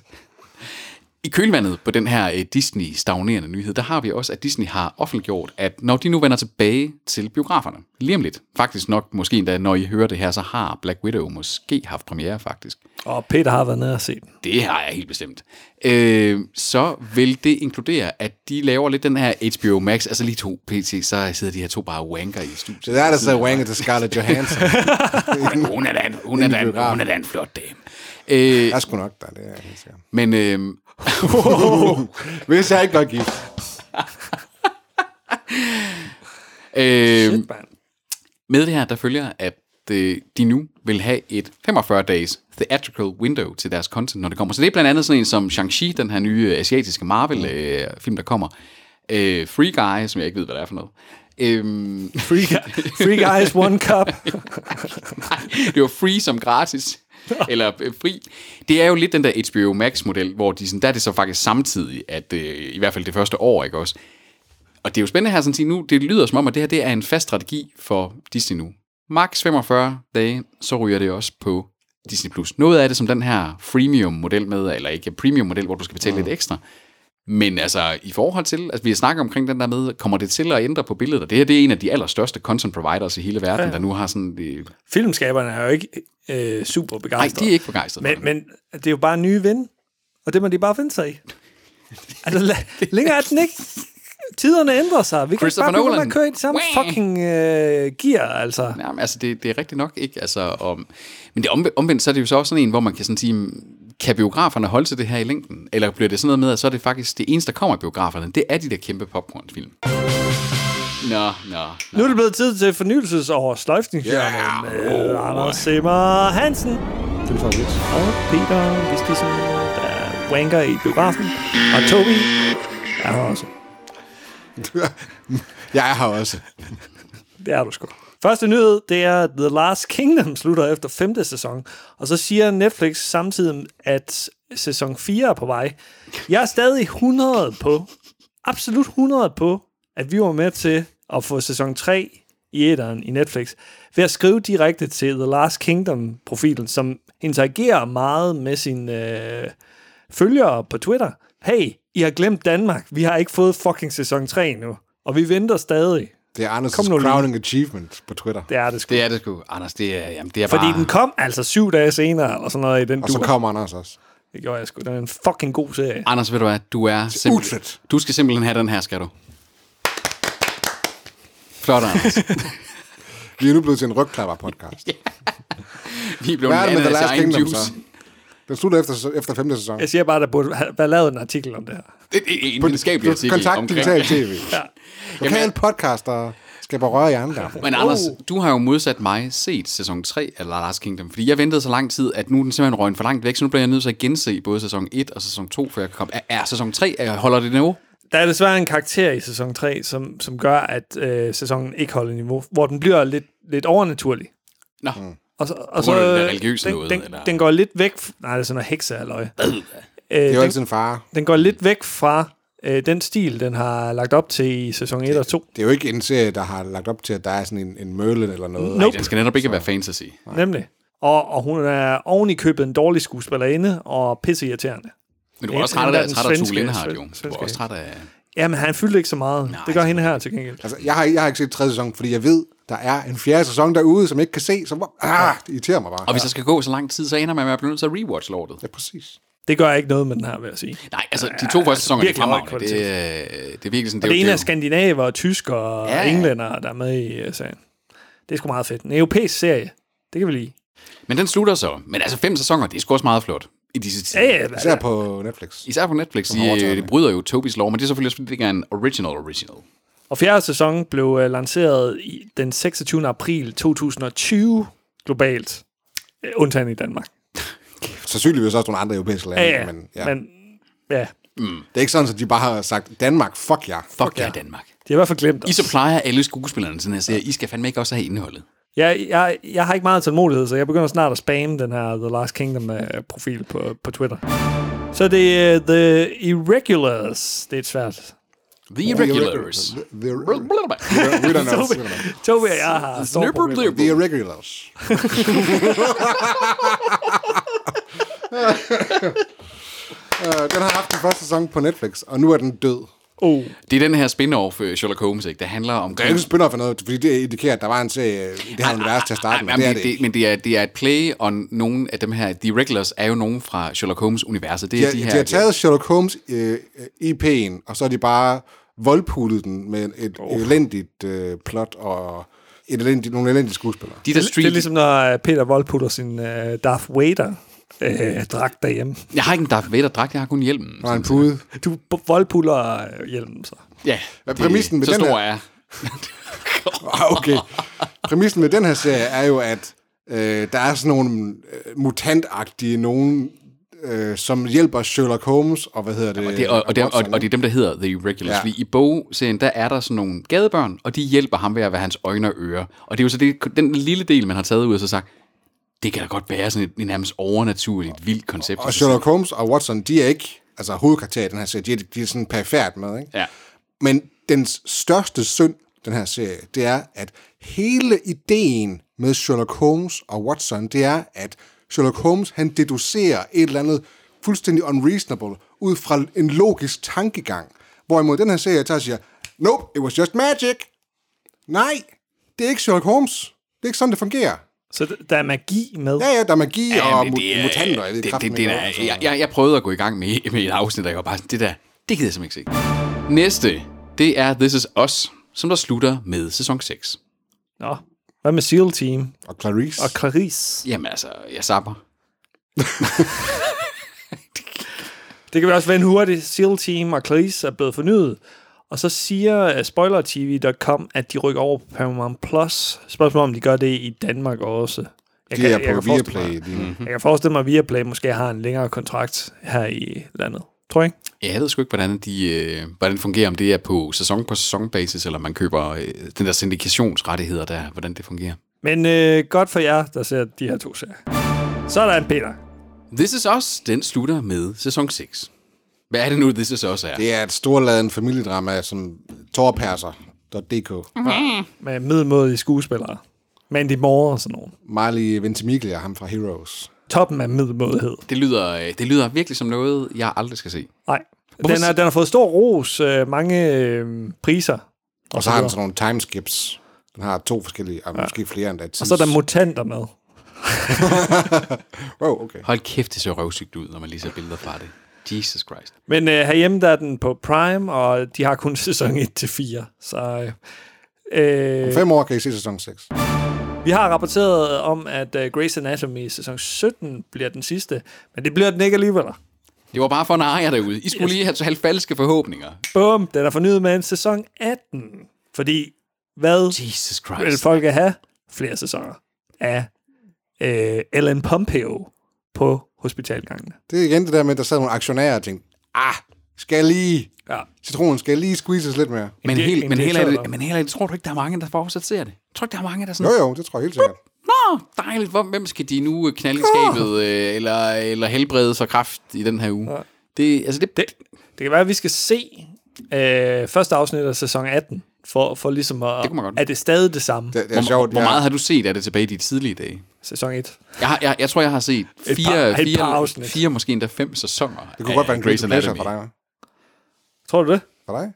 S2: I kølvandet på den her øh, Disney-stagnerende nyhed, der har vi også, at Disney har offentliggjort, at når de nu vender tilbage til biograferne, lige om lidt, faktisk nok, måske endda, når I hører det her, så har Black Widow måske haft premiere faktisk.
S1: Og Peter har været nede og set den.
S2: Det har jeg helt bestemt. Øh, så vil det inkludere, at de laver lidt den her HBO Max, altså lige to pt, så sidder de her to bare wanker i studiet.
S3: Det er der, der så wanker til Scarlett Johansson.
S2: Hun er da en, hun er da en,
S3: biografen.
S2: hun er da en flot dame. Øh,
S3: Jeg er sgu nok der, det er jeg helt sikker.
S2: men øh,
S3: Hvis jeg ikke var gift.
S2: øh,
S1: Shit, mand.
S2: Med det her, der følger, at øh, de nu vil have et 45-dages theatrical window til deres content, når det kommer. Så det er blandt andet sådan en som Shang-Chi, den her nye øh, asiatiske Marvel-film, øh, film, der kommer. Øh, Free Guy, som jeg ikke ved, hvad det er for noget. Øhm,
S1: Free, Guy- Free Guys, One Cup.
S2: Nej, det var free som gratis. Eller øh, fri. Det er jo lidt den der HBO Max-model, hvor de sådan, der er det så faktisk samtidig, at øh, i hvert fald det første år, ikke også? Og det er jo spændende her, sådan at sige, nu, det lyder som om, at det her det er en fast strategi for Disney nu. Max 45 dage, så ryger det også på Disney+. Plus. Noget af det som den her freemium-model med, eller ikke premium-model, hvor du skal betale mm. lidt ekstra. Men altså, i forhold til, altså vi snakker omkring den der med, kommer det til at ændre på billedet? Og det her, det er en af de allerstørste content providers i hele verden, ja. der nu har sådan... øh,
S1: Filmskaberne er jo ikke øh, super
S2: Nej,
S1: begejstrede.
S2: de er ikke begejstrede. for
S1: Men,
S2: det.
S1: men det er jo bare nye ven, og det må de bare finde sig i. Altså, la- længere er den ikke. Tiderne ændrer sig. Vi kan ikke
S2: Christopher
S1: bare blive ved med
S2: Nolan.
S1: at køre i det samme
S2: Wah!
S1: fucking øh, gear, altså.
S2: Jamen, altså, det, det er rigtigt nok ikke. Altså, om, men det omvendt, omvendt, så er det jo så også sådan en, hvor man kan sådan sige, kan biograferne holde til det her i længden? Eller bliver det sådan noget med, at så er det faktisk det eneste, der kommer i biograferne, det er de der kæmpe popcornfilm. Nå, nå, nå.
S1: Nu er det blevet tid til fornyelses- og sløjfningshjørnen yeah. med Anders Simmer Hansen
S3: Tilføj lidt.
S1: og Peter Vistisen, der wanker i biografen, og Tobi er her også.
S3: Jeg er her også.
S1: Det er du sgu. Første nyhed, det er, at The Last Kingdom slutter efter femte sæson, og så siger Netflix samtidig, at sæson 4 er på vej. Jeg er stadig 100 på, absolut 100 på, at vi var med til at få sæson 3 i etteren i Netflix, ved at skrive direkte til The Last Kingdom-profilen, som interagerer meget med sine øh, følgere på Twitter. Hey, I har glemt Danmark. Vi har ikke fået fucking sæson 3 endnu, og vi venter stadig.
S3: Det er
S1: Kom
S3: Anders'
S1: nu lige.
S3: crowning achievement på Twitter.
S1: Det er det sgu.
S2: Det er det sgu, Anders, det er, jamen, det er
S1: Fordi
S2: bare...
S1: den kom altså syv dage senere, og sådan noget i den
S3: Og så
S1: dur.
S3: kommer Anders også.
S1: Det gjorde jeg sgu. Det var en fucking god serie.
S2: Anders, ved du hvad, du er simpelthen...
S3: utræt.
S2: Du skal simpelthen have den her, skal du. Flot, Anders.
S3: Vi er nu blevet til en rygklapper-podcast.
S2: Vi blev
S3: Hvad er det med
S2: ananas
S3: The
S2: i
S3: Last
S2: egen
S3: Kingdom
S2: juice.
S3: så? Den slutter efter, efter femte sæson.
S1: Jeg siger bare, der burde ha- være lavet en artikel om det her.
S2: Det er en videnskabelig artikel
S3: Kontakt digital tv. ja. Lokale
S2: Jamen-
S3: podcaster skaber røre i andre.
S2: Men Anders, du har jo modsat mig set sæson 3 af The Last Kingdom, fordi jeg ventede så lang tid, at nu er den simpelthen røgnet for langt væk, så nu bliver jeg nødt til at gense både sæson 1 og sæson 2, før jeg kan komme. Er, er sæson 3, er, holder det niveau?
S1: Der er desværre en karakter i sæson 3, som, som gør, at øh, sæsonen ikke holder niveau, hvor den bliver lidt, lidt overnaturlig.
S2: Nå, mm.
S1: Og så, og
S2: På grund af den der
S1: øh,
S2: religiøse
S1: den,
S2: noget,
S1: den,
S2: eller?
S1: den går lidt væk... f- Nej, det er sådan noget heksealøje. Øh,
S3: Det er jo
S1: den,
S3: altid en fare.
S1: den går lidt væk fra øh, den stil, den har lagt op til i sæson 1 og 2.
S3: Det er jo ikke en serie, der har lagt op til, at der er sådan en, en mølle eller noget.
S1: Nope.
S2: den skal netop ikke være fantasy.
S1: Nemlig. Og, og hun er oven i købet en dårlig skuespillerinde og pisseirriterende.
S2: Men du
S1: Ja,
S2: er også
S1: den
S2: træt
S1: er
S2: af,
S1: den
S2: træt af Tue
S1: svenske-
S2: Lindhardt, jo. Du er
S1: svenske.
S2: også træt af...
S1: Jamen, han fyldte ikke så meget. Nej, det gør hende her til gengæld.
S3: Altså, jeg har, jeg har ikke set tredje sæson, fordi jeg ved, der er en fjerde sæson derude, som jeg ikke kan se. Som, ah, det irriterer mig bare.
S2: Og hvis der skal gå så lang tid, så ender man med at blive nødt til at rewatch lortet.
S3: Ja, præcis.
S1: Det gør ikke noget med den her, vil jeg sige.
S2: Nej, altså, de to første sæsoner, de er
S1: virkelig høj
S2: fremragende. Det, er- det er virkelig sådan...
S1: Og det
S2: jo-
S1: ene er
S2: jo-
S1: skandinaver og tysker og
S2: Ja, ja.
S1: englænder, der er med i øh, serien. Det er sgu meget fedt. En europæisk serie. Det kan vi lide.
S2: Men den slutter så. Men altså, fem sæsoner, det er sgu også meget flot i disse tider.
S1: Ja, ja, altså,
S3: Især på Netflix.
S2: Især på Netflix, de, øh, de bryder jo Tobis lov, men det er selvfølgelig også, fordi det ikke er en original original.
S1: Og fjerde sæson blev uh, lanceret i den 26. april 2020 globalt. Øh, Undtagen i Danmark.
S3: Sandsynligvis også nogle andre europæiske lande.
S1: Ja, ja.
S3: Men, ja.
S1: Men ja,
S3: det er ikke sådan, at de bare har sagt, Danmark, fuck jer.
S2: Fuck jer, Danmark.
S1: de har i hvert fald glemt
S2: I
S1: os.
S2: så plejer alle skuespillerne til den her serie. I skal fandme ikke også have indholdet.
S1: Jeg, jeg, jeg har ikke meget tålmodighed, så jeg begynder snart at spamme den her The Last Kingdom-profil på, på Twitter. Så det er The Irregulars. Det er et svært.
S2: The Irregulars.
S3: The, we don't know. We don't know.
S1: Tobi og jeg har store problemer.
S3: The Irregulars. Øh, den har haft den første sæson på Netflix, og nu er den død.
S1: Oh.
S2: Det er den her spin-off øh, Sherlock Holmes, ikke? Der handler om...
S3: Det er ikke en spin-off eller noget, fordi det indikerer, at der var en serie i det her univers til at starte med.
S2: Ej,
S3: Det er
S2: men
S3: det
S2: det,
S3: ikke.
S2: men det er, det er et play, og nogen af dem her, The Irregulars, er jo nogen fra Sherlock Holmes-universet. Det er
S3: De,
S2: ja, de
S3: har- de
S2: her...
S3: har taget Sherlock Holmes øh, IP'en, og så har de bare voldpulet den med et oh. elendigt øh, plot og et elendigt, nogle elendige skuespillere.
S2: de der
S1: Det,
S2: street...
S1: det er ligesom, når øh, Peter Vold putter sin uh, Darth Vader uh, dragt derhjemme.
S2: Jeg har ikke en Darth Vader-dragt, jeg har kun hjelmen.
S3: Der er en pude.
S1: Du b- voldpuller øh, hjelmen, så.
S2: Ja,
S3: Hvad er præmissen med
S2: så
S3: den
S2: stor er
S3: her?
S2: jeg.
S3: Ah, Okay. Præmissen med den her serie er jo, at øh, der er sådan nogle øh, mutantagtige nogen, øh, som hjælper Sherlock Holmes, og hvad hedder det?
S2: Og det, og, og, det, og, og, og det er dem, der hedder The Irregulars. Ja.
S3: Ja.
S2: Fordi i bogserien, der er der sådan nogle gadebørn, og de hjælper ham ved at være hans øjne og ører. Og det er jo så det, den lille del, man har taget ud og så sagt, det kan da godt være sådan et, et nærmest overnaturligt, vildt koncept.
S3: og Sherlock Holmes og Watson, de er ikke altså hovedkarakterer i den her serie. De er, de er sådan perfekt med, ikke?
S2: Ja.
S3: Men dens største synd, den her serie, det er, at hele ideen med Sherlock Holmes og Watson, det er, at Sherlock Holmes, han deducerer et eller andet fuldstændig unreasonable ud fra en logisk tankegang. Hvorimod den her serie tager og siger, nope, it was just magic. Nej, det er ikke Sherlock Holmes. Det er ikke sådan, det fungerer.
S1: Så d- der er magi med.
S3: Ja, ja, der er magi ja, og
S2: men
S3: mut-
S2: det er-
S3: mutanter. Jeg ved
S2: det, det,
S3: kraften
S2: det,
S3: ikke, Altså-
S2: er-
S3: hvad det er.
S2: jeg, jeg, jeg prøvede at gå i gang med, med et afsnit, og jeg var bare sådan, det der, det gider jeg simpelthen ikke se. Næste, det er This Is Us, som der slutter med sæson 6.
S1: Nå. Hvad med SEAL Team
S3: Og Clarice.
S1: og Clarice?
S2: Jamen altså, jeg sapper.
S1: Det kan vi også vende hurtigt. SEAL Team og Clarice er blevet fornyet. Og så siger øh, spoilertv.com, at de rykker over på Paramount+. Plus. Spørgsmålet er, om de gør det i Danmark også. Jeg
S3: de er på
S1: kan forestille
S3: Viaplay
S1: Mig, Mm. Mm-hmm.
S3: lige nu.
S1: jeg kan forestille mig, at Viaplay måske har en længere kontrakt her i landet. Tror jeg ikke?
S2: Jeg ved sgu ikke, hvordan, de, øh, hvordan det fungerer, om det er på sæson på sæsonbasis, eller man køber øh, den der syndikationsrettigheder der, hvordan det fungerer.
S1: Men øh, godt for jer, der ser de her to serier. Så er der en Peter.
S2: This Is Us, den slutter med sæson 6. Hvad er det nu, This Is Us er?
S3: Det er et storladen familiedrama, som tårperser.dk.
S1: Med middelmådige skuespillere. Mandy Moore og sådan nogen.
S3: Marley Ventimiglia, ham fra Heroes.
S1: Toppen af middelmådighed.
S2: Det lyder, øh, det lyder virkelig som noget, jeg aldrig skal se.
S1: Nej. Den har, den har fået stor ros, øh, mange øh, priser.
S3: Og så har han sådan nogle timeskips. Den har to forskellige, og måske flere end det.
S1: Og så er der mutanter med.
S3: Oh, okay.
S2: Hold kæft, det ser røvsygt ud, når man lige ser billeder fra det. Jesus Christ.
S1: Men øh, herhjemme der er den på Prime, og de har kun sæson 1-4. Så øh, øh,
S3: Fem år kan I se sæson 6.
S1: vi har rapporteret om, at øh, Grey's Anatomy sæson 17 bliver den sidste, men det bliver den ikke alligevel.
S2: Det var bare for narrer derude. I skulle lige have have falske forhåbninger.
S1: Bum, den er fornyet med en sæson 18. Fordi hvad
S2: Jesus
S1: vil
S2: Christ.
S1: folk have? Flere sæsoner af øh, Ellen Pompeo på hospitalgangene.
S3: Det er igen det der med, at der sad nogle aktionærer og tænkte, ah, skal jeg lige...
S1: Ja.
S3: Citronen skal lige squeezes lidt mere.
S2: Men
S1: det-
S2: helt,
S1: en
S2: men helt
S1: direktør,
S2: ærligt,
S1: der-
S2: men helt ærligt, tror du ikke, der er mange, der fortsat ser det? Tror du ikke, der er mange, der
S3: Jo,
S2: sådan,
S3: jo, det tror jeg helt sikkert.
S2: Nå, dejligt, hvor, hvem skal de nu øh, knalde i skabet, øh, eller, eller helbrede for kraft i den her uge? Det, altså det, det,
S1: Det kan være, at vi skal se øh, første afsnit af sæson 18, for, for ligesom at...
S2: Det kunne man godt.
S1: Er det stadig det samme?
S3: Det, det er
S2: hvor,
S3: sjovt.
S2: hvor
S3: ja.
S2: meget har du set af det tilbage i de tidlige dage?
S1: Sæson 1.
S2: Jeg, har, jeg, jeg tror, jeg har set
S1: par-
S2: fire,
S1: et par
S2: fire,
S1: afsnit.
S2: fire, måske endda fem sæsoner
S3: Det kunne godt
S2: af
S3: være en
S2: Grey's
S3: guilty pleasure
S2: Anatomy.
S3: for dig, hva'?
S1: Tror du det?
S3: For dig?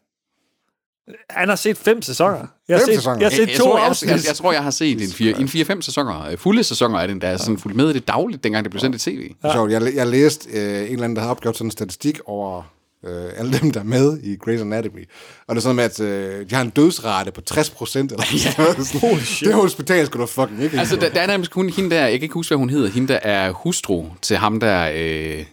S1: Han har set fem sæsoner. Jeg har
S3: Fem
S1: set,
S3: sæsoner?
S1: Jeg har set
S2: jeg,
S1: to
S2: tror,
S1: afsnit.
S2: Jeg, jeg, jeg tror, jeg har set en fire- en 4-5 sæsoner, øh, fulde sæsoner af den, der er sådan fuldt med i det dagligt, dengang det blev sendt i tv.
S3: Ja. Sjovt. Jeg, jeg læste øh, en eller anden, der havde opgjort sådan en statistik over øh, alle dem, der er med i Grey's Anatomy. Og det er sådan med, at øh, de har en dødsrate på 60 procent. Eller sådan noget. det hospital skulle du fucking ikke.
S2: Altså,
S3: Altså,
S2: der, der er nærmest kun hende der, jeg kan ikke huske, hvad hun hedder, hende der er hustru til ham der, øh,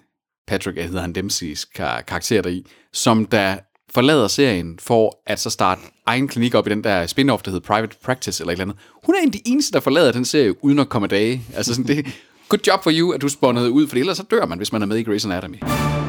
S2: Patrick hedder han Dempsey's kar- karakter deri, som der forlader serien for at så starte egen klinik op i den der spin-off, der hedder Private Practice eller et eller andet. Hun er en af de eneste, der forlader den serie uden at komme af dage. Altså sådan, det, good job for you, at du spawnede ud, for ellers så dør man, hvis man er med i Grey's Anatomy.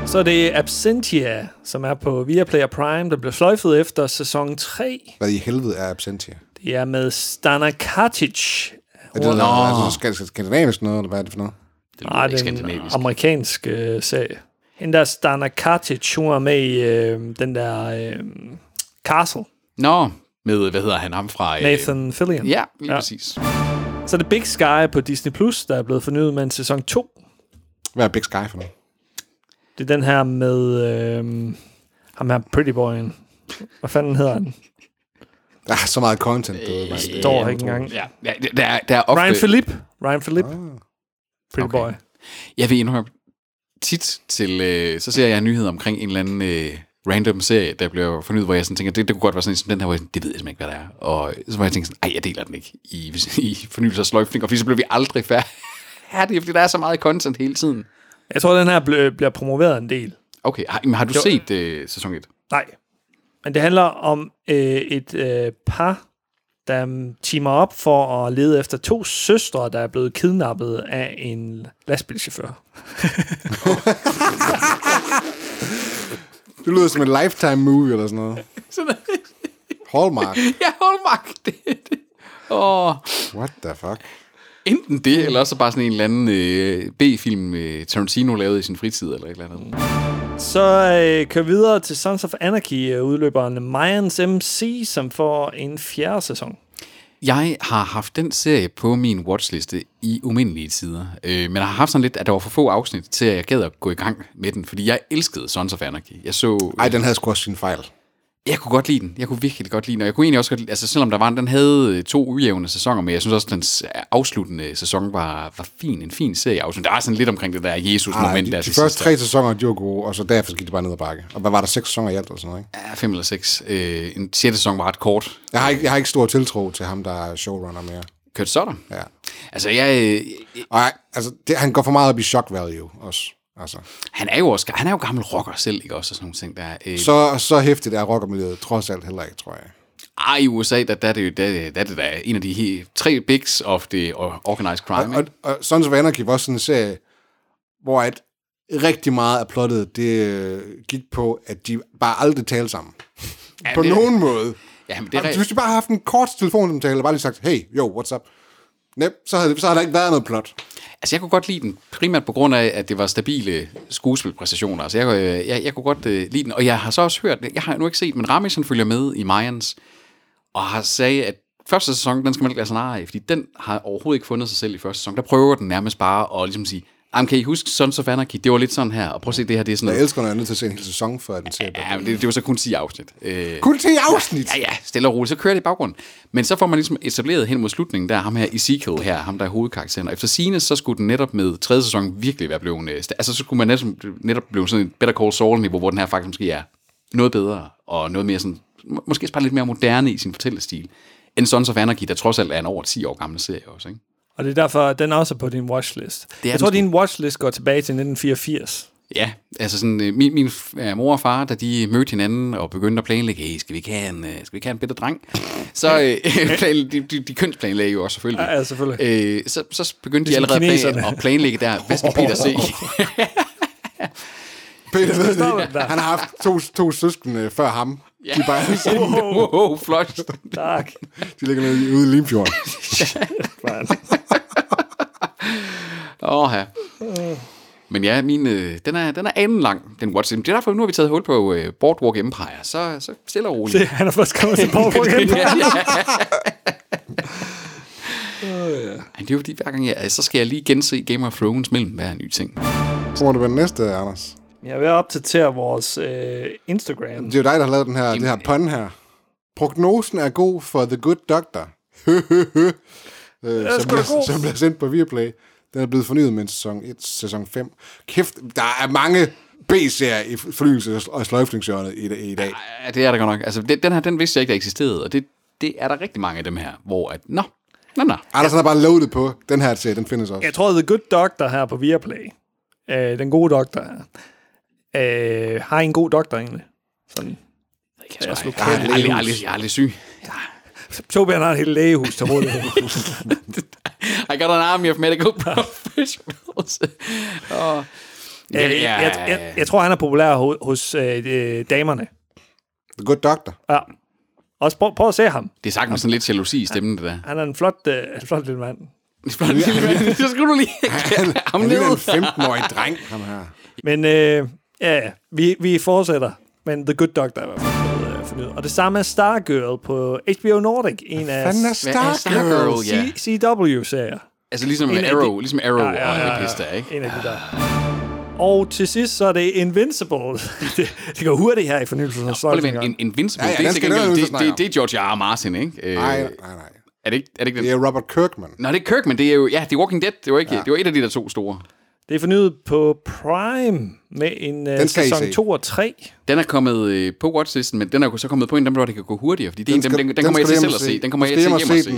S1: Så er det Absentia, som er på Viaplay og Prime, der blev sløjfet efter sæson 3.
S3: Hvad i helvede er absentia?
S1: Det er med Stana Katic.
S3: Er det noget, altså, skal, skal skandinavisk noget, eller hvad er det for noget?
S2: Det lyder
S1: Nej,
S2: ikke
S1: det er en
S2: skandinavisk.
S1: amerikansk øh, serie. Hende der Stana Katic, hun er med i øh, den der øh, Castle.
S2: Nå, med, hvad hedder han, ham fra... øh,
S1: Nathan Fillion.
S2: Ja, lige ja.
S1: Ja.
S2: præcis.
S1: Så er det Big Sky på Disney+, Plus, der er blevet fornyet med en sæson 2.
S3: Hvad er Big Sky for noget?
S1: Det er den her med øh, ham her Pretty Boy'en. Hvad fanden hedder han?
S3: Der er så meget content, du ved. mand.
S1: Det står her ikke engang.
S2: Ja, ja, der, er- der er ofte...
S1: Ryan Philippe.
S2: Ah.
S1: Ryan Philippe. Pretty
S2: Okay.
S1: Boy.
S2: Jeg vil indrømme tit til... Øh, så ser jeg nyheder omkring en eller anden øh, random serie, der bliver fornyet, hvor jeg sådan tænker, det, det kunne godt være sådan en som den her, hvor jeg sådan, det ved jeg simpelthen ikke, hvad det er. Og så må jeg tænke sådan, ej, jeg deler den ikke i, i fornyelse og sløjfninger, fordi så bliver vi aldrig færdige, fordi der er så meget content hele tiden.
S1: Jeg tror, den her ble, bliver promoveret en del.
S2: Okay, har, men har du set øh, sæson 1?
S1: Nej. Men det handler om øh, et øh, par, der mm, teamer op for at lede efter to søstre, der er blevet kidnappet af en lastbilchauffør.
S3: Det lyder som en lifetime movie eller sådan noget. Hallmark.
S2: Ja, Hallmark, det er det. Åh.
S3: What the fuck?
S2: Enten det, eller også bare sådan en eller anden øh, B-film, øh, Tarantino lavede i sin fritid, eller et eller andet.
S1: Så øh, kører vi videre til Sons of Anarchy, øh, udløberen Mayans MC, som får en fjerde sæson.
S2: Jeg har haft den serie på min watchliste i umindelige tider, øh, men jeg har haft sådan lidt, at der var for få afsnit til, at jeg gad at gå i gang med den, fordi jeg elskede Sons of Anarchy. Jeg så...
S3: Ej, den havde sgu også sin fejl.
S2: Jeg kunne godt lide den. Jeg kunne virkelig godt lide den. Og jeg kunne egentlig også godt lide, altså selvom der var, en- den havde øh, to ujævne sæsoner, men jeg synes også, at dens øh, afsluttende sæson var, var fin. En fin serie afslut. Der er sådan lidt omkring det der
S3: Ej,
S2: Jesus-moment
S3: Ah, de,
S2: der.
S3: de
S2: til
S3: første
S2: sidst.
S3: tre sæsoner, de var gode, og så derefter gik det bare ned ad bakke. Og hvad var der seks sæsoner i alt og sådan noget, ikke?
S2: Ja, fem eller seks. Øh, en sjette sæson var ret kort.
S3: Jeg har ikke, jeg har ikke stor tiltro til ham, der er showrunner mere.
S2: Kurt Sutter.
S3: Ja.
S2: Altså, jeg, øh,
S3: Og jeg, altså, det, han går for meget op i shock value også. Altså.
S2: han er jo også han er jo gammel rocker selv, ikke også? Og sådan nogle ting der. Øh,
S3: Så, så hæftigt er rockermiljøet trods alt heller ikke, tror jeg.
S2: Ej, i USA, der, der, er det, jo- der, der er det da en af de he, tre bigs of the organized crime.
S3: Og,
S2: ikke?
S3: og Sons of Anarchy var også sådan en serie, hvor at rigtig meget af plottet, det øh, gik på, at de bare aldrig talte sammen. Ja, på
S2: det-
S3: nogen måde.
S2: Ja, men det
S3: Det
S2: er
S3: er
S2: rigtigt.
S3: Hvis de bare havde haft en kort telefonsamtale, og bare lige sagt, hey, yo, what's up? Nej, så havde, så havde der ikke været noget plot.
S2: Altså, jeg kunne godt lide den, primært på grund af, at det var stabile skuespilpræstationer. Altså, jeg, øh, jeg, jeg kunne godt øh, lide den, og jeg har så også hørt, jeg har nu ikke set, men Ramis, han følger med i Mayans, og har sagde, at første sæson, den skal man ikke lade sig narre af, fordi den har overhovedet ikke fundet sig selv i første sæson. Der prøver den nærmest bare at ligesom sige, "Jamen, kan I huske Sons of Anarchy? Det var lidt sådan her, og prøv at se det her, det er sådan
S3: Jeg
S2: noget.
S3: elsker, når jeg er nødt til at se en hel sæson, før den ser ja,
S2: Ja, men det, det var så kun 10 afsnit. Øh,
S3: Kun til afsnit!
S2: Ja, ja, stille og roligt. Så kører det i baggrunden. Men så får man ligesom etableret hen mod slutningen, der er ham her Ezekiel her, ham der er hovedkarakteren. Og efter sine så skulle den netop med tredje sæson virkelig være blevet... øh, sta- Altså, så skulle man netop, netop blive sådan et Better Call Saul-niveau, hvor den her faktisk måske er noget bedre, og noget mere sådan... må- Måske bare lidt mere moderne i sin fortællestil, end Sons of Anarchy, der trods alt er en over 10 år gammel serie også, ikke?
S1: Og det er derfor, at den også er på din watchlist.
S2: er
S1: Jeg tror,
S2: den sgu.
S1: din watchlist går tilbage til 1984.
S2: Ja, altså sådan, øh, min, min øh, mor og far, da de mødte hinanden og begyndte at planlægge, hey, skal vi ikke have en, øh, skal vi ikke have en bitte dreng? Så øh, plan- de, de, de kønsplanlagde jo også selvfølgelig.
S1: Ja, ja, selvfølgelig.
S2: Øh, så, så begyndte de
S1: Ligesom
S2: allerede
S1: kineserne.
S2: plan- at planlægge der, hvad skal Peter se?
S3: Peter ved det.
S1: Forstår du?
S3: ikke. Han har haft to, to søskende øh, før ham. Ja. De, er bare,
S2: wow, wow, flot.
S1: Tak.
S3: de ligger nede i- ude i Limfjorden.
S2: Åh, ja. Men ja, min, øh, den, er, den er anden lang, den Watson. Det er derfor, nu har vi taget hul på øh, Boardwalk Empire, så, så stille og roligt.
S1: Det, han er først kommet til Power
S2: ja,
S1: Book.
S2: ja. Ej, Det er jo fordi, hver gang jeg, så skal jeg lige gense Game of Thrones mellem hver ny ting.
S3: Så må du være den næste, Anders.
S1: Jeg er ved at opdatere vores øh, Instagram.
S3: Det er jo dig, der har lavet den her, det her pun her. Prognosen er god for The Good Doctor. øh, som,
S1: sgu da god.
S3: bliver, som bliver sendt på Viaplay. Den er blevet fornyet med en sæson 1, sæson 5. Kæft, der er mange B-serier i fornyelse- og sløjfningsjørnet i, i dag.
S2: Ja, det er der godt nok. Altså, det, den her, den vidste jeg ikke, der eksisterede, og det, det er der rigtig mange af dem her, hvor at, nå, nå, nå.
S3: Anders han har bare loadet på. Den her serie, den findes også.
S1: Jeg tror, The Good Doctor her på Viaplay, øh, den gode doktor her, øh, har I en god doktor egentlig. Sådan. Kan jeg slå
S2: Jeg er
S1: kæft.
S2: aldrig, aldrig, jeg er aldrig syg.
S1: Tobias har et helt lægehus til rådighed. Øh,
S2: I got an army of medical professionals. og, ja,
S1: Øh,
S2: ja,
S1: jeg, jeg, jeg tror, han er populær hos, hos øh, øh, damerne.
S3: The Good Doctor.
S1: Ja. Også prøv, prøv at se ham.
S2: det er sagt med sådan lidt jalousi i stemmen, det der.
S1: Han er en flot, øh, en flot lille mand.
S2: Så skulle du lige have ham
S3: Han er en
S2: ned.
S3: 15-årig dreng, ham her.
S1: Men øh, ja, ja, vi, vi fortsætter. Men The Good Doctor er i hvert fald blevet, øh, fornyet. Og det samme er Stargirl på HBO Nordic. En af
S3: Fanden er
S1: C-
S2: Hvad er
S3: Stargirl.
S2: Stargirl, ja.
S1: CW-serier.
S2: Altså ligesom
S1: En af
S2: Arrow,
S1: de-
S2: ligesom Arrow og det pis der, ikke?
S1: En af de der. Og til sidst, så er det Invincible. det, det går hurtigt her i fornyelsen. af
S2: Prøv
S1: Slotten,
S2: lige at vente, en,
S1: ikke?
S2: en Invincible,
S3: Ja, ja,
S2: det, er
S3: den
S2: til
S3: skal jeg
S2: gengæld-
S3: nødt til at
S2: det,
S3: snakke
S2: det,
S3: om.
S2: det, er George R. R. Martin, ikke? Øh,
S3: Nej, nej, nej.
S2: Er det ikke, er det ikke den?
S3: Det er Robert Kirkman.
S2: Nå, det er Kirkman, det er jo, ja, det er Walking Dead, det var, ikke, ja. det var et af de der to store.
S1: Det er fornyet på Prime med en uh,
S3: skal I
S1: sæson
S3: se.
S1: 2 og 3.
S2: Den er kommet øh, på watchlisten, men den er jo så kommet på en af dem, hvor det kan gå hurtigere, fordi det er en
S3: Den
S2: dem, den,
S3: skal-
S2: den
S3: den
S2: kommer jeg
S3: skal
S2: til
S3: du
S2: selv
S3: hjem
S2: at
S3: og
S2: se.
S3: se.
S2: Den kommer
S3: Du
S2: jeg til
S3: skal
S2: hjem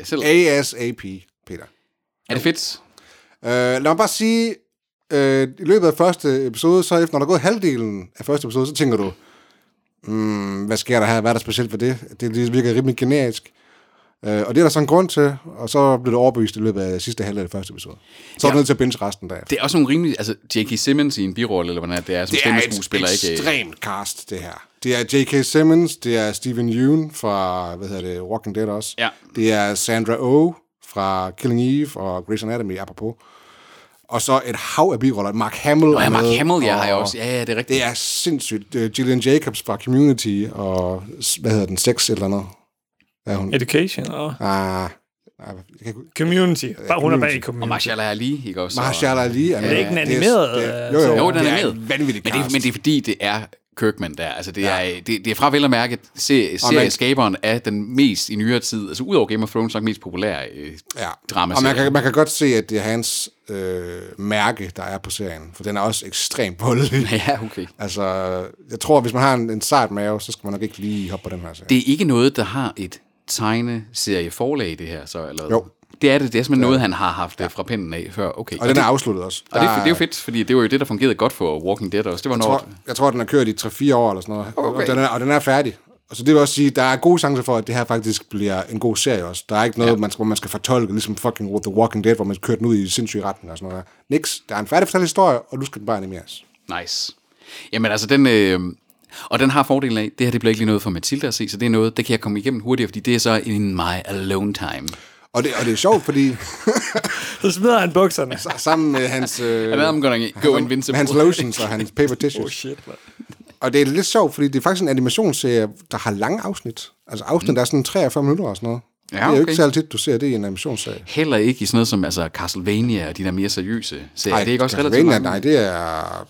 S2: og
S3: og
S2: se øh, selv.
S3: ASAP, Peter.
S2: Er det fedt?
S3: Øh, lad mig bare sige, øh, i løbet af første episode, så efter, når der er gået halvdelen af første episode, så tænker du, mm, hvad sker der her? Hvad er der specielt for det? Det lige- virker rimelig generisk. Øh, og det er der så en grund til, og så blev det overbevist i løbet af sidste halvdel af første episode. Så er du
S2: Ja.
S3: nødt til at binge resten af.
S2: Det er også nogle rimelige... Altså, J.K. Simmons i en birolle, eller hvordan er det, det er, som stemmeskuespiller, ikke? øh,
S3: ekstremt cast, det her. Det er J.K. Simmons, det er Steven Yeun fra, hvad hedder det, Walking Dead også.
S2: Ja.
S3: Det er Sandra Oh fra Killing Eve og Grey's Anatomy, apropos. Og så et hav af biroller. Mark Hamill.
S2: Nå,
S3: er
S2: ja, Mark
S3: med,
S2: Hamill, jeg har jeg
S3: og-
S2: også. Ja, ja, det er rigtigt.
S3: Det er sindssygt. Øh, Gillian Jacobs fra Community, og s- hvad hedder den? Sex eller noget? Hvad er hun?
S1: Education og
S3: Ah, nej, jeg kan ikke...
S1: Community. Bare hun er bag i
S2: Og
S1: Community.
S2: Marshall er lige, ikke også?
S3: Mahershala Ali. Er
S1: det er ikke den animerede,
S3: jo, jo,
S1: altså.
S2: Jo, den
S3: det
S2: er
S3: en
S2: med.
S3: Vanvittig
S2: Men det, er-
S3: cast.
S2: men det er fordi, det er Kirkman der. Altså, det, ja. er, det, det er fra vel at mærke se,
S3: Og man-
S2: serieskaberen af den mest i nyere tid, altså udover Game of Thrones, nok mest populære øh,
S3: Ja.
S2: drama
S3: Og man kan, man kan godt se, at det er hans øh, mærke, der er på serien, for den er også ekstremt voldelig.
S2: Ja, okay.
S3: Altså, jeg tror, hvis man har en, en sart mave, så skal man nok ikke lige hoppe på den her serie.
S2: Det er ikke noget, der har et tegneserieforlag, det her, så? Eller?
S3: Jo.
S2: Det er det. Det er simpelthen noget, han har haft ja. fra pinden af før. Okay.
S3: og den er afsluttet også.
S2: og det, er-
S3: Der-
S2: det er jo fedt, fordi det var jo det, der fungerede godt for Walking Dead også. Det var
S3: Jeg
S2: noget...
S3: tror, jeg tror, den har kørt i 3-4 år eller sådan noget, okay.
S2: Okay.
S3: og, den er, og den er færdig. Og så det vil også sige, at der er gode chancer for, at det her faktisk bliver en god serie også. Der er ikke noget, ja. man skal, hvor man skal fortolke, ligesom fucking The Walking Dead, hvor man kører den ud i sindssyge retninger og sådan noget. der. Niks, der er en færdig fortalt historie, og nu skal den bare animeres.
S2: Nice. Jamen altså, den... Øh, og den har fordelen af, det her det bliver ikke lige noget for Mathilde at se, så det er noget, det kan jeg komme igennem hurtigere, fordi det er så in my alone time.
S3: Og det, og det er sjovt, fordi
S1: Så smider han bukserne.
S3: sammen med hans... Øh,
S2: Jeg ved, om gonna go invincible.
S3: med hans lotions og hans paper tissues.
S1: Oh shit, man.
S3: Og det er lidt sjovt, fordi det er faktisk en animationsserie, der har lange afsnit. Altså afsnit, mm. der er sådan 43 minutter og sådan noget.
S2: Ja,
S3: det er jo
S2: okay.
S3: ikke særlig tit, du ser det i en animationsserie.
S2: Heller ikke i sådan noget som altså, Castlevania og de der mere seriøse serier. det er ikke også relativt
S3: Castlevania,
S2: mange.
S3: Nej, det er...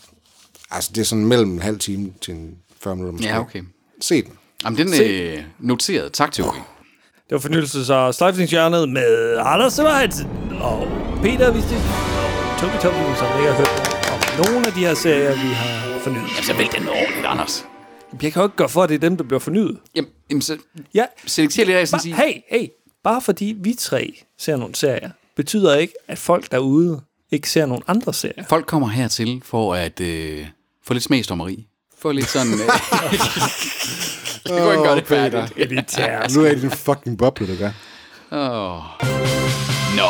S3: Altså, det er sådan mellem en halv time til en 40 minutter. måske.
S2: Ja, okay.
S3: Se den.
S2: Jamen, den er øh, noteret. Tak, Teori.
S1: Det var fornyelses- og sløjfningshjørnet med Anders Sevejt og Peter Vistis og Tobi Tobi, som ikke har hørt om nogle af de her serier, vi har fornyet.
S2: Så Altså, vælg den ordentligt, Anders.
S1: Jeg kan jo ikke gøre for, at det er dem, der bliver fornyet.
S2: Jamen, jamen så
S1: Ja,
S2: selekter lidt af sådan sige.
S1: ba- hey, hey, bare fordi vi tre ser nogle serier, betyder ikke, at folk derude ikke ser nogle andre serier.
S2: Folk kommer hertil for at øh, få lidt smagsdommeri. Få lidt sådan... Øh, det kunne ikke gøre det færdigt.
S1: Elitært.
S2: altså-
S3: Altså, Nu er det en fucking boble, det gør.
S2: Oh. Nå,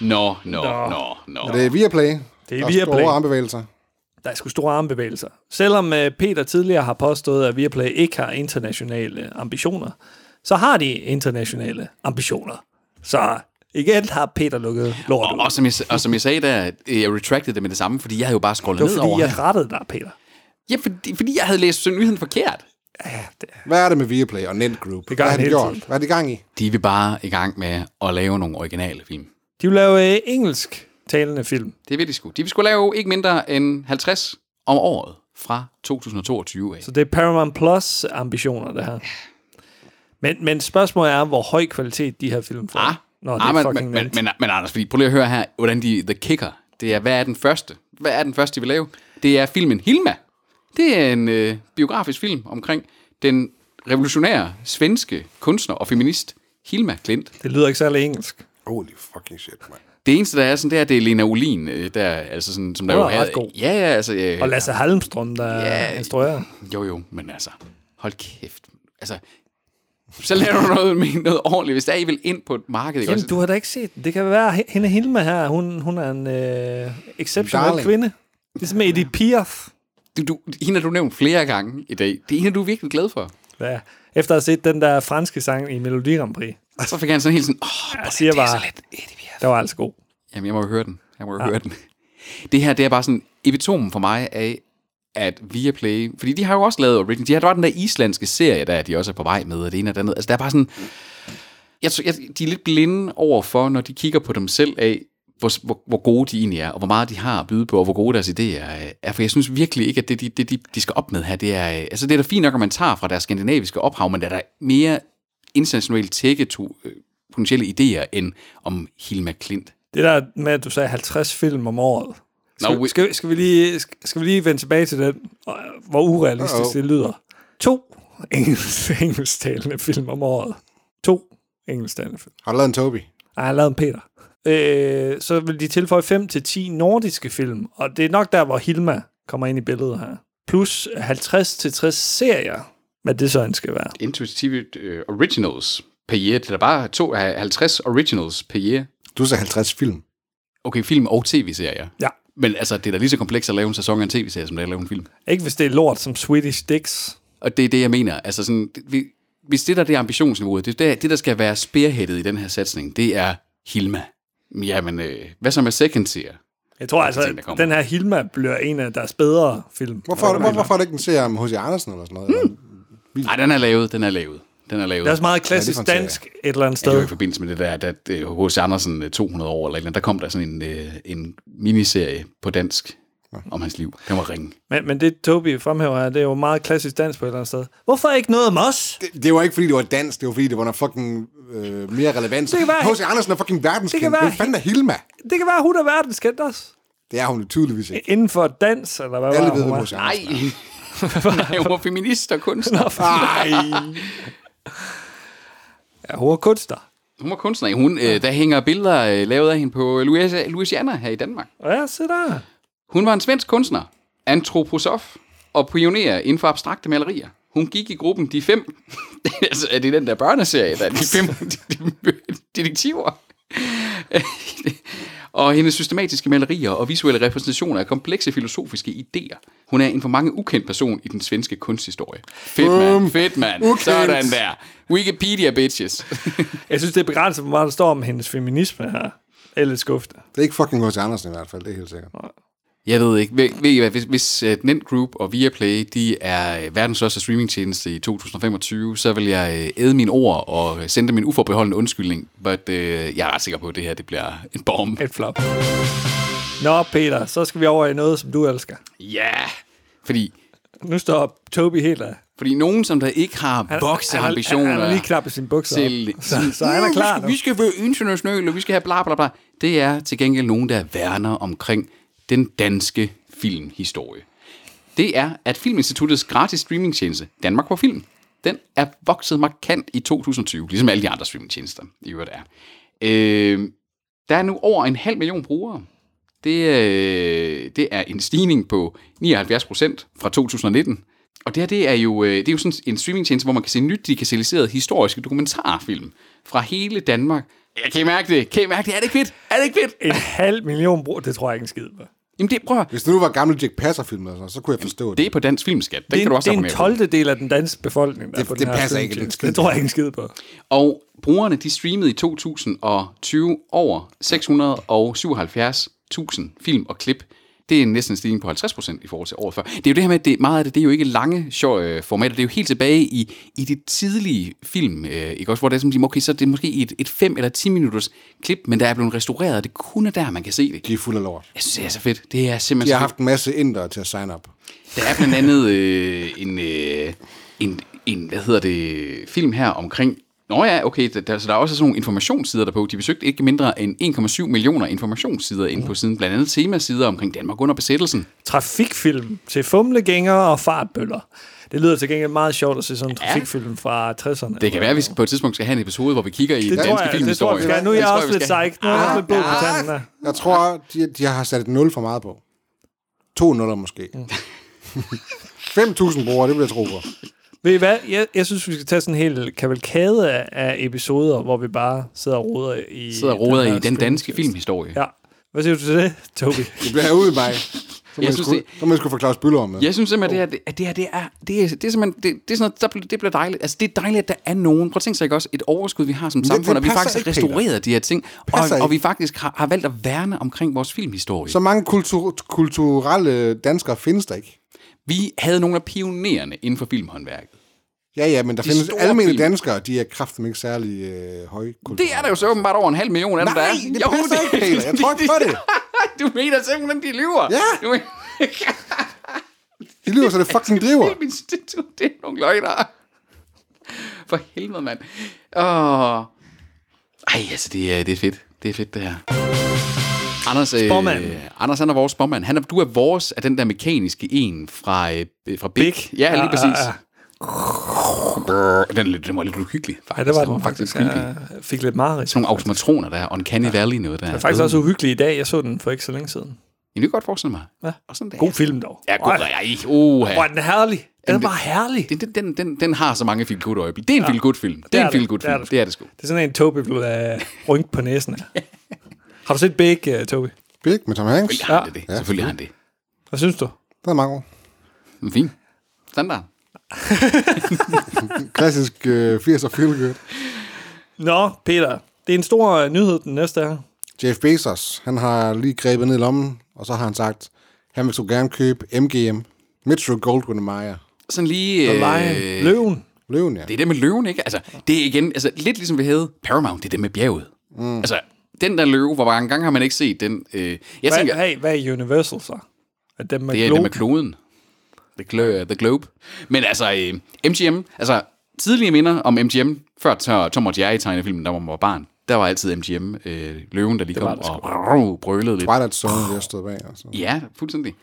S2: nå, nå, nå, nå.
S3: Og det er Viaplay. Det
S1: er Viaplay.
S3: Store armbevægelser.
S1: Der er sgu store armbevægelser. Selvom øh, Peter tidligere har påstået, at Viaplay ikke har internationale ambitioner, så har de internationale ambitioner. Så igen har Peter lukket lortet.
S2: Og,
S1: ud.
S2: og, som jeg, og som jeg sagde der, øh, jeg retracted det med det samme, fordi jeg havde jo bare scrollet
S1: Det
S2: ned
S1: var fordi,
S2: over
S1: jeg rettede dig, Peter.
S2: Ja, fordi, fordi jeg havde læst nyheden forkert.
S1: Ja, det,
S3: Hvad er det med Viaplay og Netgroup?
S1: gør
S3: Hvad har
S1: han
S3: de
S1: hele
S3: gjort?
S1: tiden.
S3: Hvad er de gang i?
S2: De vil bare i gang med at lave nogle originale film.
S1: de vil lave øh, engelsk talende film.
S2: Det vil de sgu. De vil sgu lave ikke mindre end 50 om året fra 2022 af.
S1: Så det er Paramount Plus ambitioner, det her. Men, men spørgsmålet er, hvor høj kvalitet de her film får.
S2: Ah,
S1: Nå, det er
S2: ah men,
S1: fucking
S2: men, men,
S1: nemt.
S2: men, men Anders, fordi, prøv lige at høre her, hvordan de, The Kicker, det er, hvad er den første? Hvad er den første, de vil lave? Det er filmen Hilma. Det er en øh, biografisk film omkring den revolutionære svenske kunstner og feminist Hilma Klint.
S1: Det lyder ikke særlig engelsk.
S3: Holy fucking shit, man.
S2: Det eneste, der er sådan, det er, det er Lena Olin, øh, der, altså sådan, som der
S1: Hun
S2: jo
S1: er ret
S2: havde-
S1: god.
S2: Ja, ja, altså... Øh,
S1: Og Lasse Halmstrøm, der
S2: Ja.
S1: yeah. instruerer.
S2: Jo, jo, men altså, hold kæft. Altså, så laver du noget, med noget ordentligt, hvis der er, I vil ind på et marked. Ikke?
S1: Jamen,
S2: også?
S1: du har da ikke set den. Det kan være, at hende Hilma her, hun, hun er en øh, exceptionel
S3: Darling.
S1: kvinde. Ligesom Edith Piaf.
S2: Du, du, hende har du nævnt flere gange i dag. Det er hende, du er virkelig glad for.
S1: Ja. Efter at have set den der franske sang i Melodi Grand Prix.
S2: Og så fik han sådan helt sådan, åh,
S1: Jeg
S2: oh,
S1: siger
S2: det er
S1: bare,
S2: så lidt. Eddie Bjerg."
S1: der var altså god.
S2: Jamen, jeg må jo høre den. Jeg må jo ja. høre den. Det her, det er bare sådan epitomen for mig af, at Viaplay, fordi de har jo også lavet Origin, de har der var den der islandske serie, der de også er på vej med, og det ene og det andet. Altså, der er bare sådan, jeg, tror- jeg, de er lidt blinde overfor, når de kigger på dem selv af, hvor, hvor, hvor gode de egentlig er, og hvor meget de har at byde på, og hvor gode deres idéer øh, er. For jeg synes virkelig ikke, at det, de, det, de, de skal op med her, det er... øh, Altså, det er da fint nok, at man tager fra deres skandinaviske ophav, men der er der mere internationalt tække to, øh, potentielle idéer, end om Hilma Klint.
S1: Det der med, at du sagde 50 film om året. Skal,
S2: Nå, we-
S1: skal, skal, vi, lige, skal, skal vi lige vende tilbage til den, og, hvor urealistisk
S3: Uh-oh.
S1: det lyder. To engelsk, engelsktalende film om året. To engelsktalende film.
S3: Har du lavet en Toby?
S1: Ej, jeg har lavet en Peter. Øh, så vil de tilføje 5 til 10 nordiske film, og det er nok der, hvor Hilma kommer ind i billedet her. Plus 50 til 60 serier, hvad det så end skal være.
S2: intuitivt øh, originals per year. Det er da bare to, af 50 originals per year.
S3: Du sagde 50 film.
S2: Okay, film og tv-serier.
S1: Ja.
S2: Men altså, det er da lige så komplekst at lave en sæson af en tv-serie, som det er at lave en film.
S1: Ikke hvis det er lort som Swedish Dicks.
S2: Og det er det, jeg mener. Altså sådan, det- vi, hvis det der det er ambitionsniveauet, det, der, det der skal være spearheadet i den her satsning, det er Hilma. Jamen, øh, hvad så med second tier?
S1: Jeg tror
S2: de
S1: altså,
S2: ting, der
S1: at
S2: kommer.
S1: den her Hilma bliver en af deres bedre film.
S3: Hvorfor, hvorfor, hvorfor er det ikke en serie om H.C. Andersen eller sådan noget?
S1: Hmm.
S3: Mm.
S2: Nej, den er lavet, den er lavet. Den er lavet.
S1: Det er også meget klassisk
S3: det er for en
S1: dansk et eller andet
S2: Ja, det var
S1: sted.
S2: i forbindelse med det der, at øh, H.C. Andersen øh, 200 år eller et eller andet, der kom der sådan en, øh, en miniserie på dansk om hans liv. Den var ringe.
S1: Men, men det, Tobi fremhæver her, det er jo meget klassisk dansk på et eller andet sted. Hvorfor ikke noget om os?
S3: Det, det var ikke, fordi det var dansk. Det var, fordi det var noget fucking øh, mere relevans.
S1: Det kan være-
S3: H.C. Andersen er fucking
S1: Det kan
S3: verdenskendt.
S1: være-
S3: Hvem fanden er Hilma?
S1: Det kan være, at hun er verdens kendt os.
S3: Det er hun jo tydeligvis ikke.
S1: Inden for dans, eller hvad
S3: Alle
S1: var
S3: ved,
S1: hun?
S3: hvem
S1: var?
S3: H.C. Andersen er.
S2: Nej, hun var feminist og kunstner.
S3: Ej.
S1: Ja, hun er kunstner.
S2: Hun var kunstner. Hun, øh, der hænger billeder øh, lavet af hende på Louis- Louisiana her i Danmark.
S1: Og ja, se der.
S2: Hun var en svensk kunstner, antroposof og pioner inden for abstrakte malerier. Hun gik i gruppen De Fem. altså, er det den der børneserie, der er De Fem Detektiver? og hendes systematiske malerier og visuelle repræsentationer af komplekse filosofiske idéer. Hun er en for mange ukendt person i den svenske kunsthistorie. Fedt, mand.
S3: Bum.
S2: Fedt, mand.
S3: Ukendt.
S2: Sådan der. Wikipedia, bitches.
S1: Jeg synes, det er begrænset, hvor meget der står om hendes feminisme her. Eller skuffe.
S3: Det er ikke fucking H.C. Andersen i hvert fald, det er helt sikkert.
S2: Jeg ved ikke. Ved, ved I hvad, hvis, hvis uh, Nent Group og Viaplay, de er øh, verdens største streamingtjeneste i 2025, så vil jeg uh, æde mine ord og øh, sende dem en uforbeholden undskyldning. But uh, jeg er ret sikker på, at det her det bliver en bombe.
S1: Et flop. Nå, Peter, så skal vi over i noget, som du elsker.
S2: Ja! Yeah. Fordi,
S1: Nu står Toby helt af.
S2: fordi nogen, som der ikke har
S1: Han-
S2: vokseambitioner...
S1: Han, han, han lige knap i sine bukser.
S2: til,
S1: op. Så, så han er klar
S2: Vi
S1: nu.
S2: skal, vi skal være internationale, og vi skal have bla bla bla. Det er til gengæld nogen, der værner omkring den danske filmhistorie. Det er, at Filminstituttets gratis streamingtjeneste, Danmark på Film, den er vokset markant i 2020, ligesom alle de andre streamingtjenester i øvrigt er. Øh, der er nu over en halv million brugere. Det, øh, det er en stigning på 79 procent fra 2019. Og det her, det er jo, øh, det er jo sådan en streamingtjeneste, hvor man kan se nyt digitaliserede historiske dokumentarfilm fra hele Danmark. Jeg kan I mærke det? Kan I mærke det? Er det ikke fedt? Er det ikke fedt?
S1: En halv million brug, det tror jeg ikke en skid på.
S2: Jamen det, prøv at høre.
S3: Hvis det nu var gamle Jack Passer-film, eller sådan, noget, så kunne jeg forstå det.
S2: det er på dansk filmskat. Den
S1: Det,
S2: kan du
S1: er-
S2: også
S1: det er en
S2: abonnere på.
S1: 12. del af den danske befolkning, der
S3: Det-
S1: er på
S3: det
S1: den her
S3: passer ikke,
S1: streamingtjeneste.
S3: det er en skid
S1: Det tror jeg ikke en skid på.
S2: Og brugerne, de streamede i 2020 over 677.000 film og klip. Det er næsten en stigning på 50% i forhold til året før. Det er jo det her med, at det, meget af det, det er jo ikke lange sjov, øh, formater. Det er jo helt tilbage i, i det tidlige film, øh, ikke også? Hvor det er, sådan, okay, så er det måske i et, et 5 eller 10 minutters klip, men der er blevet restaureret, og det kun er der, man kan se det.
S3: De er fuld af lort.
S2: Jeg synes, det er så fedt. Det er
S3: De
S2: simpelthen
S3: har
S2: så
S3: haft en masse indere til at sign up.
S2: der er blandt andet øh, en, øh, en, en, hvad hedder det, film her omkring... Nå ja, okay, der, der, så der er også sådan nogle informationssider derpå. De besøgte ikke mindre end 1,7 millioner informationssider inde på siden. Blandt andet temasider omkring Danmark under besættelsen.
S1: Trafikfilm til fumlegængere og fartbøller. Det lyder til gengæld meget sjovt at se sådan en
S2: Ja.
S1: trafikfilm fra 60'erne.
S2: Det kan være, at vi skal, på et tidspunkt skal have en episode, hvor vi kigger i den
S1: det
S2: danske
S1: tror jeg, det tror jeg,
S2: filmhistorie.
S1: vi skal. Nu er
S2: Det
S1: jeg
S2: tror
S1: også
S2: vi
S1: lidt
S2: skal. Ah,
S1: sejt. Nu er jeg også lidt blod på tanden der.
S3: Jeg tror, de, de har sat et nul for meget på. To nuller måske. 5.000 brugere, det vil jeg tro på.
S1: Ved I hvad? Jeg, jeg synes, vi skal tage sådan en hel kavalkade af, af episoder, hvor vi bare sidder og roder i...
S2: Sidder og roder
S1: her
S2: i den
S1: streamingtjeneste.
S2: danske filmhistorie.
S1: Ja. Hvad siger du til det, Tobi?
S3: Det bliver herude i mig. Så må
S2: Jeg
S3: jeg,
S2: synes,
S3: sgu,
S2: det-
S3: så må jeg sgu få Claus Bøller om det.
S2: Jeg synes simpelthen, at det her, at det, her, det er, det er, det er simpelthen, det, det er sådan noget, der bliver, det bliver dejligt. Altså, det er dejligt, at der er nogen. Prøv at tænke sig ikke også, et overskud, vi har som
S3: det
S2: samfund, og vi
S3: passer
S2: faktisk har
S3: ikke, Peter.
S2: restaureret de her ting, og,
S3: Passer
S2: og vi
S3: ikke.
S2: faktisk har, har valgt at værne omkring vores filmhistorie.
S3: Så mange kultur, kulturelle danskere findes der ikke.
S2: Vi havde nogle af pionererne inden for filmhåndværket.
S3: Ja, ja, men der
S2: De
S3: findes
S2: store
S3: almindelige
S2: film.
S3: danskere, de er kraften ikke særlig øh, højkulturelle.
S2: Det er der jo så åbenbart over en halv million af dem, der
S3: Nej,
S2: er.
S3: det passer ikke, Peter. Jeg tror ikke på det.
S2: du mener simpelthen, de lyver.
S3: Ja.
S2: Du mener,
S3: De lyver, så det fucking driver.
S2: Filminstitut, det er nogle løgner. For helvede, mand. Åh. Ej, altså, det er, det er fedt. Det er fedt, det her. Anders, øh,
S1: Spormand.
S2: Anders han er vores spormand. Han er, du er vores af den der mekaniske en fra, øh, fra Big.
S1: Big. Ah,
S2: Ja, lige
S1: Ja,
S2: præcis.
S1: ja,
S2: Den, er lidt- den var lidt uhyggelig, faktisk.
S1: Ja, det var
S2: den
S1: den faktisk. Jeg fik lidt mareridt.
S2: Sådan nogle automatroner, der er uncanny valley noget der.
S1: Det er faktisk også uhyggelig i dag. Jeg så den for ikke så længe siden.
S2: Jamen, det kan jeg godt forestille mig.
S1: Ja.
S2: Og sådan der.
S1: God film dog.
S2: Ja, god.
S1: Ej,
S2: Ej, oha.
S1: Hvor er den herlig. Den
S2: Den-
S1: var herlig.
S2: Den, den, den, den, den har så mange feel good øjeblikke. Det er en feel good film. Det er en
S1: det.
S2: feel good
S1: Det er
S2: film.
S1: det.
S2: Det er det sgu.
S1: Det er sådan en, Tobi vil uh, rynke på næsen af. Har du set Big, uh, Tobi?
S3: Big med Tom Hanks.
S2: Selvfølgelig har han
S1: Ja.
S2: det. det. Selvfølgelig har han det.
S1: Hvad synes du?
S3: Der er mange
S2: Men fint. Standard.
S3: Klassisk øh, 80'er feel good.
S1: Nå, Peter. Det er en stor øh, nyhed, den næste her.
S3: Jeff Bezos, han har lige grebet ned i lommen, og så har han sagt, han vil så gerne købe MGM, Metro Goldwyn Mayer.
S2: Sådan lige... øh,
S1: The Lion, Løven.
S3: Løven, ja.
S2: Det er det med løven, ikke? Altså, det er igen, altså, lidt ligesom vi havde Paramount, det er det med bjerget. Mm. Altså, den der løve, hvor mange gange har man ikke set den? Øh, jeg tænker,
S1: Hvad, hey, hvad er Universal så? Er dem med
S2: det er det
S1: globen?
S2: med kloden. The, glo- øh, the Globe. Men altså, øh, MGM, altså, tidlige minder om MGM, før Tom- Tom og Jerry tegnefilmen, der var man var barn, der var altid MGM, øh, løven, der lige kom og rrrr, brølede lidt.
S3: Twilight Zone, der stod bag. Altså.
S2: Ja, fuldstændig.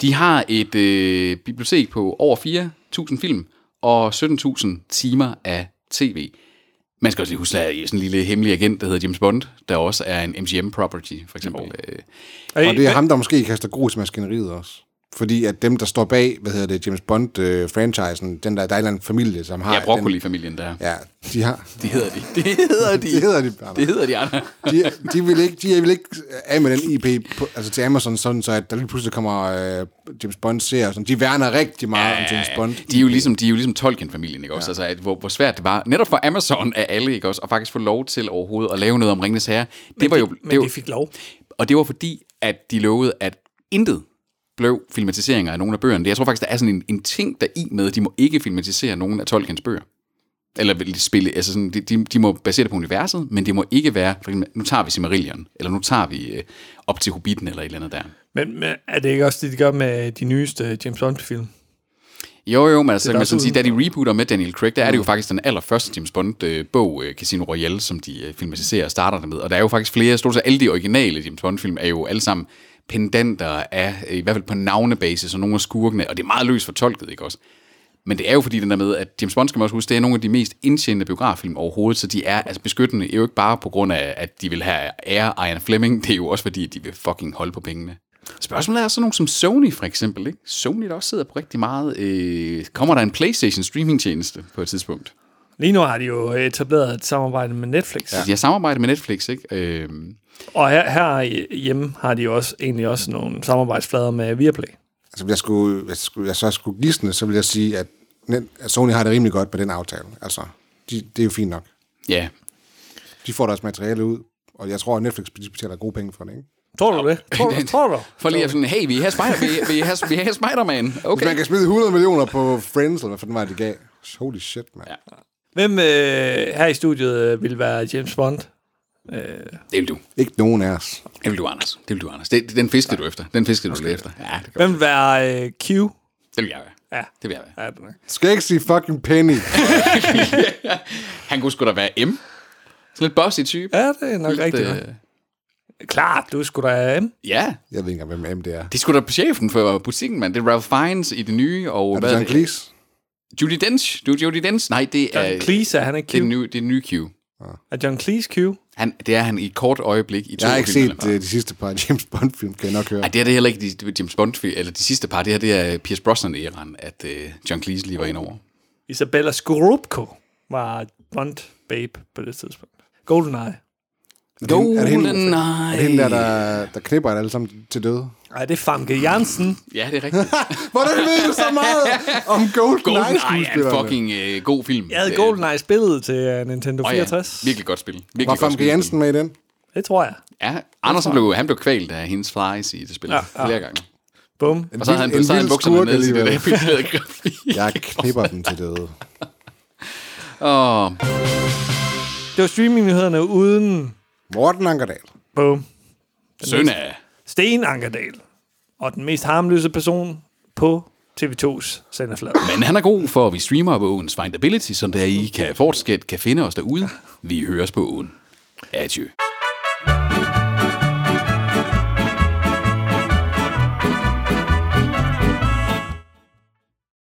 S2: De har et øh, bibliotek på over 4.000 film og 17.000 timer af tv. Man skal også lige huske, at der er sådan en lille hemmelig agent, der hedder James Bond, der også er en MGM-property, for eksempel. Øh,
S1: Hey,
S3: Og det er
S1: hvem-
S3: ham, der måske kaster grus i maskineriet også. Fordi at dem, der står bag, hvad hedder det, James Bond-franchisen, den der, der er en eller anden familie, som har...
S2: ja, Broccoli-familien der.
S3: Den, ja, de har...
S2: Det hedder de. Det hedder de.
S3: Det hedder de bare.
S2: Det hedder de, Anna.
S3: de, de, vil ikke, de vil ikke øh, af med den IP på, altså til Amazon, sådan så at der lige pludselig kommer øh, James Bond-serier. og Sådan. De værner rigtig meget ja, om James Bond.
S2: De er jo ligesom, de er jo ligesom Tolkien-familien, ikke også? Ja. Altså, at, hvor, hvor, svært det var, netop for Amazon af alle, ikke også? At faktisk få lov til overhovedet at lave noget om Ringenes Herre. Det var jo,
S1: Men
S2: det var,
S1: de fik lov.
S2: Og det var fordi, at de lovede, at intet blev filmatiseringer af nogle af bøgerne. Jeg tror faktisk, der er sådan en, en ting, der i med, at de må ikke filmatisere nogen af Tolkiens bøger. Eller vil de spille, altså sådan, de- de, de må basere det på universet, men det må ikke være, for eksempel, nu tager vi Silmarillion, eller nu tager vi øh, op til Hobbiten, eller et eller andet der.
S1: Men, men er det ikke også det, de gør med de nyeste øh, James Bond-film?
S2: Jo, jo, men altså,
S1: der
S2: man sådan
S1: også
S2: sige, da de rebooter med Daniel Craig, der er det jo faktisk den allerførste James Bond-bog, øh, Casino Royale, som de øh, filmatiserer og starter det med. Og der er jo faktisk flere, stort set alle de originale James Bond-film er jo alle sammen pendanter af, øh, i hvert fald på navnebasis, og nogle af skurkene, og det er meget løst fortolket, ikke også? Men det er jo fordi den der med, at James Bond skal man også huske, det er nogle af de mest indtjenende biograffilm overhovedet, så de er altså beskyttende, jo ikke bare på grund af, at de vil have ære Ian Fleming, det er jo også fordi, at de vil fucking holde på pengene. Spørgsmålet er sådan nogle som Sony for eksempel, ikke? Sony der også sidder på rigtig meget. Øh, kommer der en Playstation streamingtjeneste på et tidspunkt?
S1: Lige nu har de jo øh, etableret et samarbejde med Netflix. Ja.
S2: Ja. Altså, De har samarbejdet med Netflix, ikke? Øh,
S1: Og her, her hjemme har de jo også, egentlig også nogle samarbejdsflader med Viaplay.
S3: Altså, hvis jeg skulle, hvis jeg skulle, jeg så skulle gisne, så vil jeg sige, at, net- at Sony har det rimelig godt med den aftale. Altså, de, det er jo fint nok.
S2: ja,
S3: De får deres materiale ud, og jeg tror, at Netflix de betaler gode penge for det, ikke?
S1: Tror du det? Tror du? Tror du?
S2: for lige at sådan, hey, vi har Spider, vi, vi har, vi har Spider-Man.
S3: Hvis man
S2: Okay.
S3: kan smide 100 millioner på Friends, eller hvad fanden var det, de gav. Holy shit, mand.
S2: Ja.
S3: Ja.
S1: Hvem øh, her i studiet øh, vil være James Bond?
S2: Det vil du.
S3: Ikke nogen af os.
S2: Det vil du, Anders. Det vil du, Anders. Det, den fiskede du efter. Den fiskede du lidt efter. Ja, det, kan
S1: Hvem vil være øh, Q?
S2: Det vil jeg være.
S1: Ja.
S2: Det vil jeg være.
S1: Ja, det er nok.
S3: Skal ikke sige fucking penny.
S2: Han kunne sgu da være M. Sådan lidt bossy type.
S1: ja, det er nok rigtigt. nok.
S2: øh,
S1: Klart, du skulle da... Mm.
S2: ja.
S3: Jeg ved ikke engang, hvem M det er.
S2: Det skulle da chefen for butikken, mand. Det er Ralph Fiennes i det nye. Og
S3: Er det John Cleese?
S2: Judy Dench. Du er Judy Dench. Nej, det er...
S1: John Cleese, er han ikke Q?
S2: Det er den nye, det er den nye Q.
S1: Er John Cleese Q?
S2: Han, det er han i et kort øjeblik i to
S3: Jeg har ikke
S2: filmerne.
S3: set uh, de sidste par James Bond-film, kan jeg nok høre.
S2: Ej, det er det heller ikke de, de James Bond film, eller de sidste par. Det her det er Pierce Brosnan-æraen, at øh, John Cleese lige var ind over.
S1: Isabella Skorupko var Bond babe på det tidspunkt. GoldenEye.
S3: Er det hende- er det hende-
S2: GoldenEye.
S3: Er det hende der, der, der knipper jer alle sammen til døde?
S1: Ej, det er Famke Jansen.
S2: Ja, det er rigtigt.
S3: Hvordan ved du så meget om GoldenEye
S2: GoldenEye er en
S3: skuespillerne?
S2: fucking øh, god film.
S1: Jeg havde GoldenEye spillet til øh, Nintendo 64.
S2: virkelig godt spil. Virkelig
S3: Var
S2: godt
S3: Famke
S2: skuespil.
S3: Jensen med i den?
S1: Det tror jeg.
S2: Ja, Andersen blev, han blev kvalt af hendes flies i det spil ja, ja. flere gange.
S1: Bum.
S2: Og så havde han,
S3: vild-
S2: så havde han
S3: vild
S2: bukserne
S3: skurk
S2: ned i det der
S3: alligevel.
S2: filerede grafik.
S3: Jeg knipper dem til døde.
S2: Åh,
S1: Det var streamingnyhederne uden...
S3: Morten Ankerdal.
S1: Bum.
S2: søn af.
S1: Sten Ankerdal. Og den mest harmløse person på TV2's senderflade.
S2: Men han er god for, at vi streamer på Åens Findability, som der I kan fortsat kan finde os derude. Vi høres på Åen. Adieu.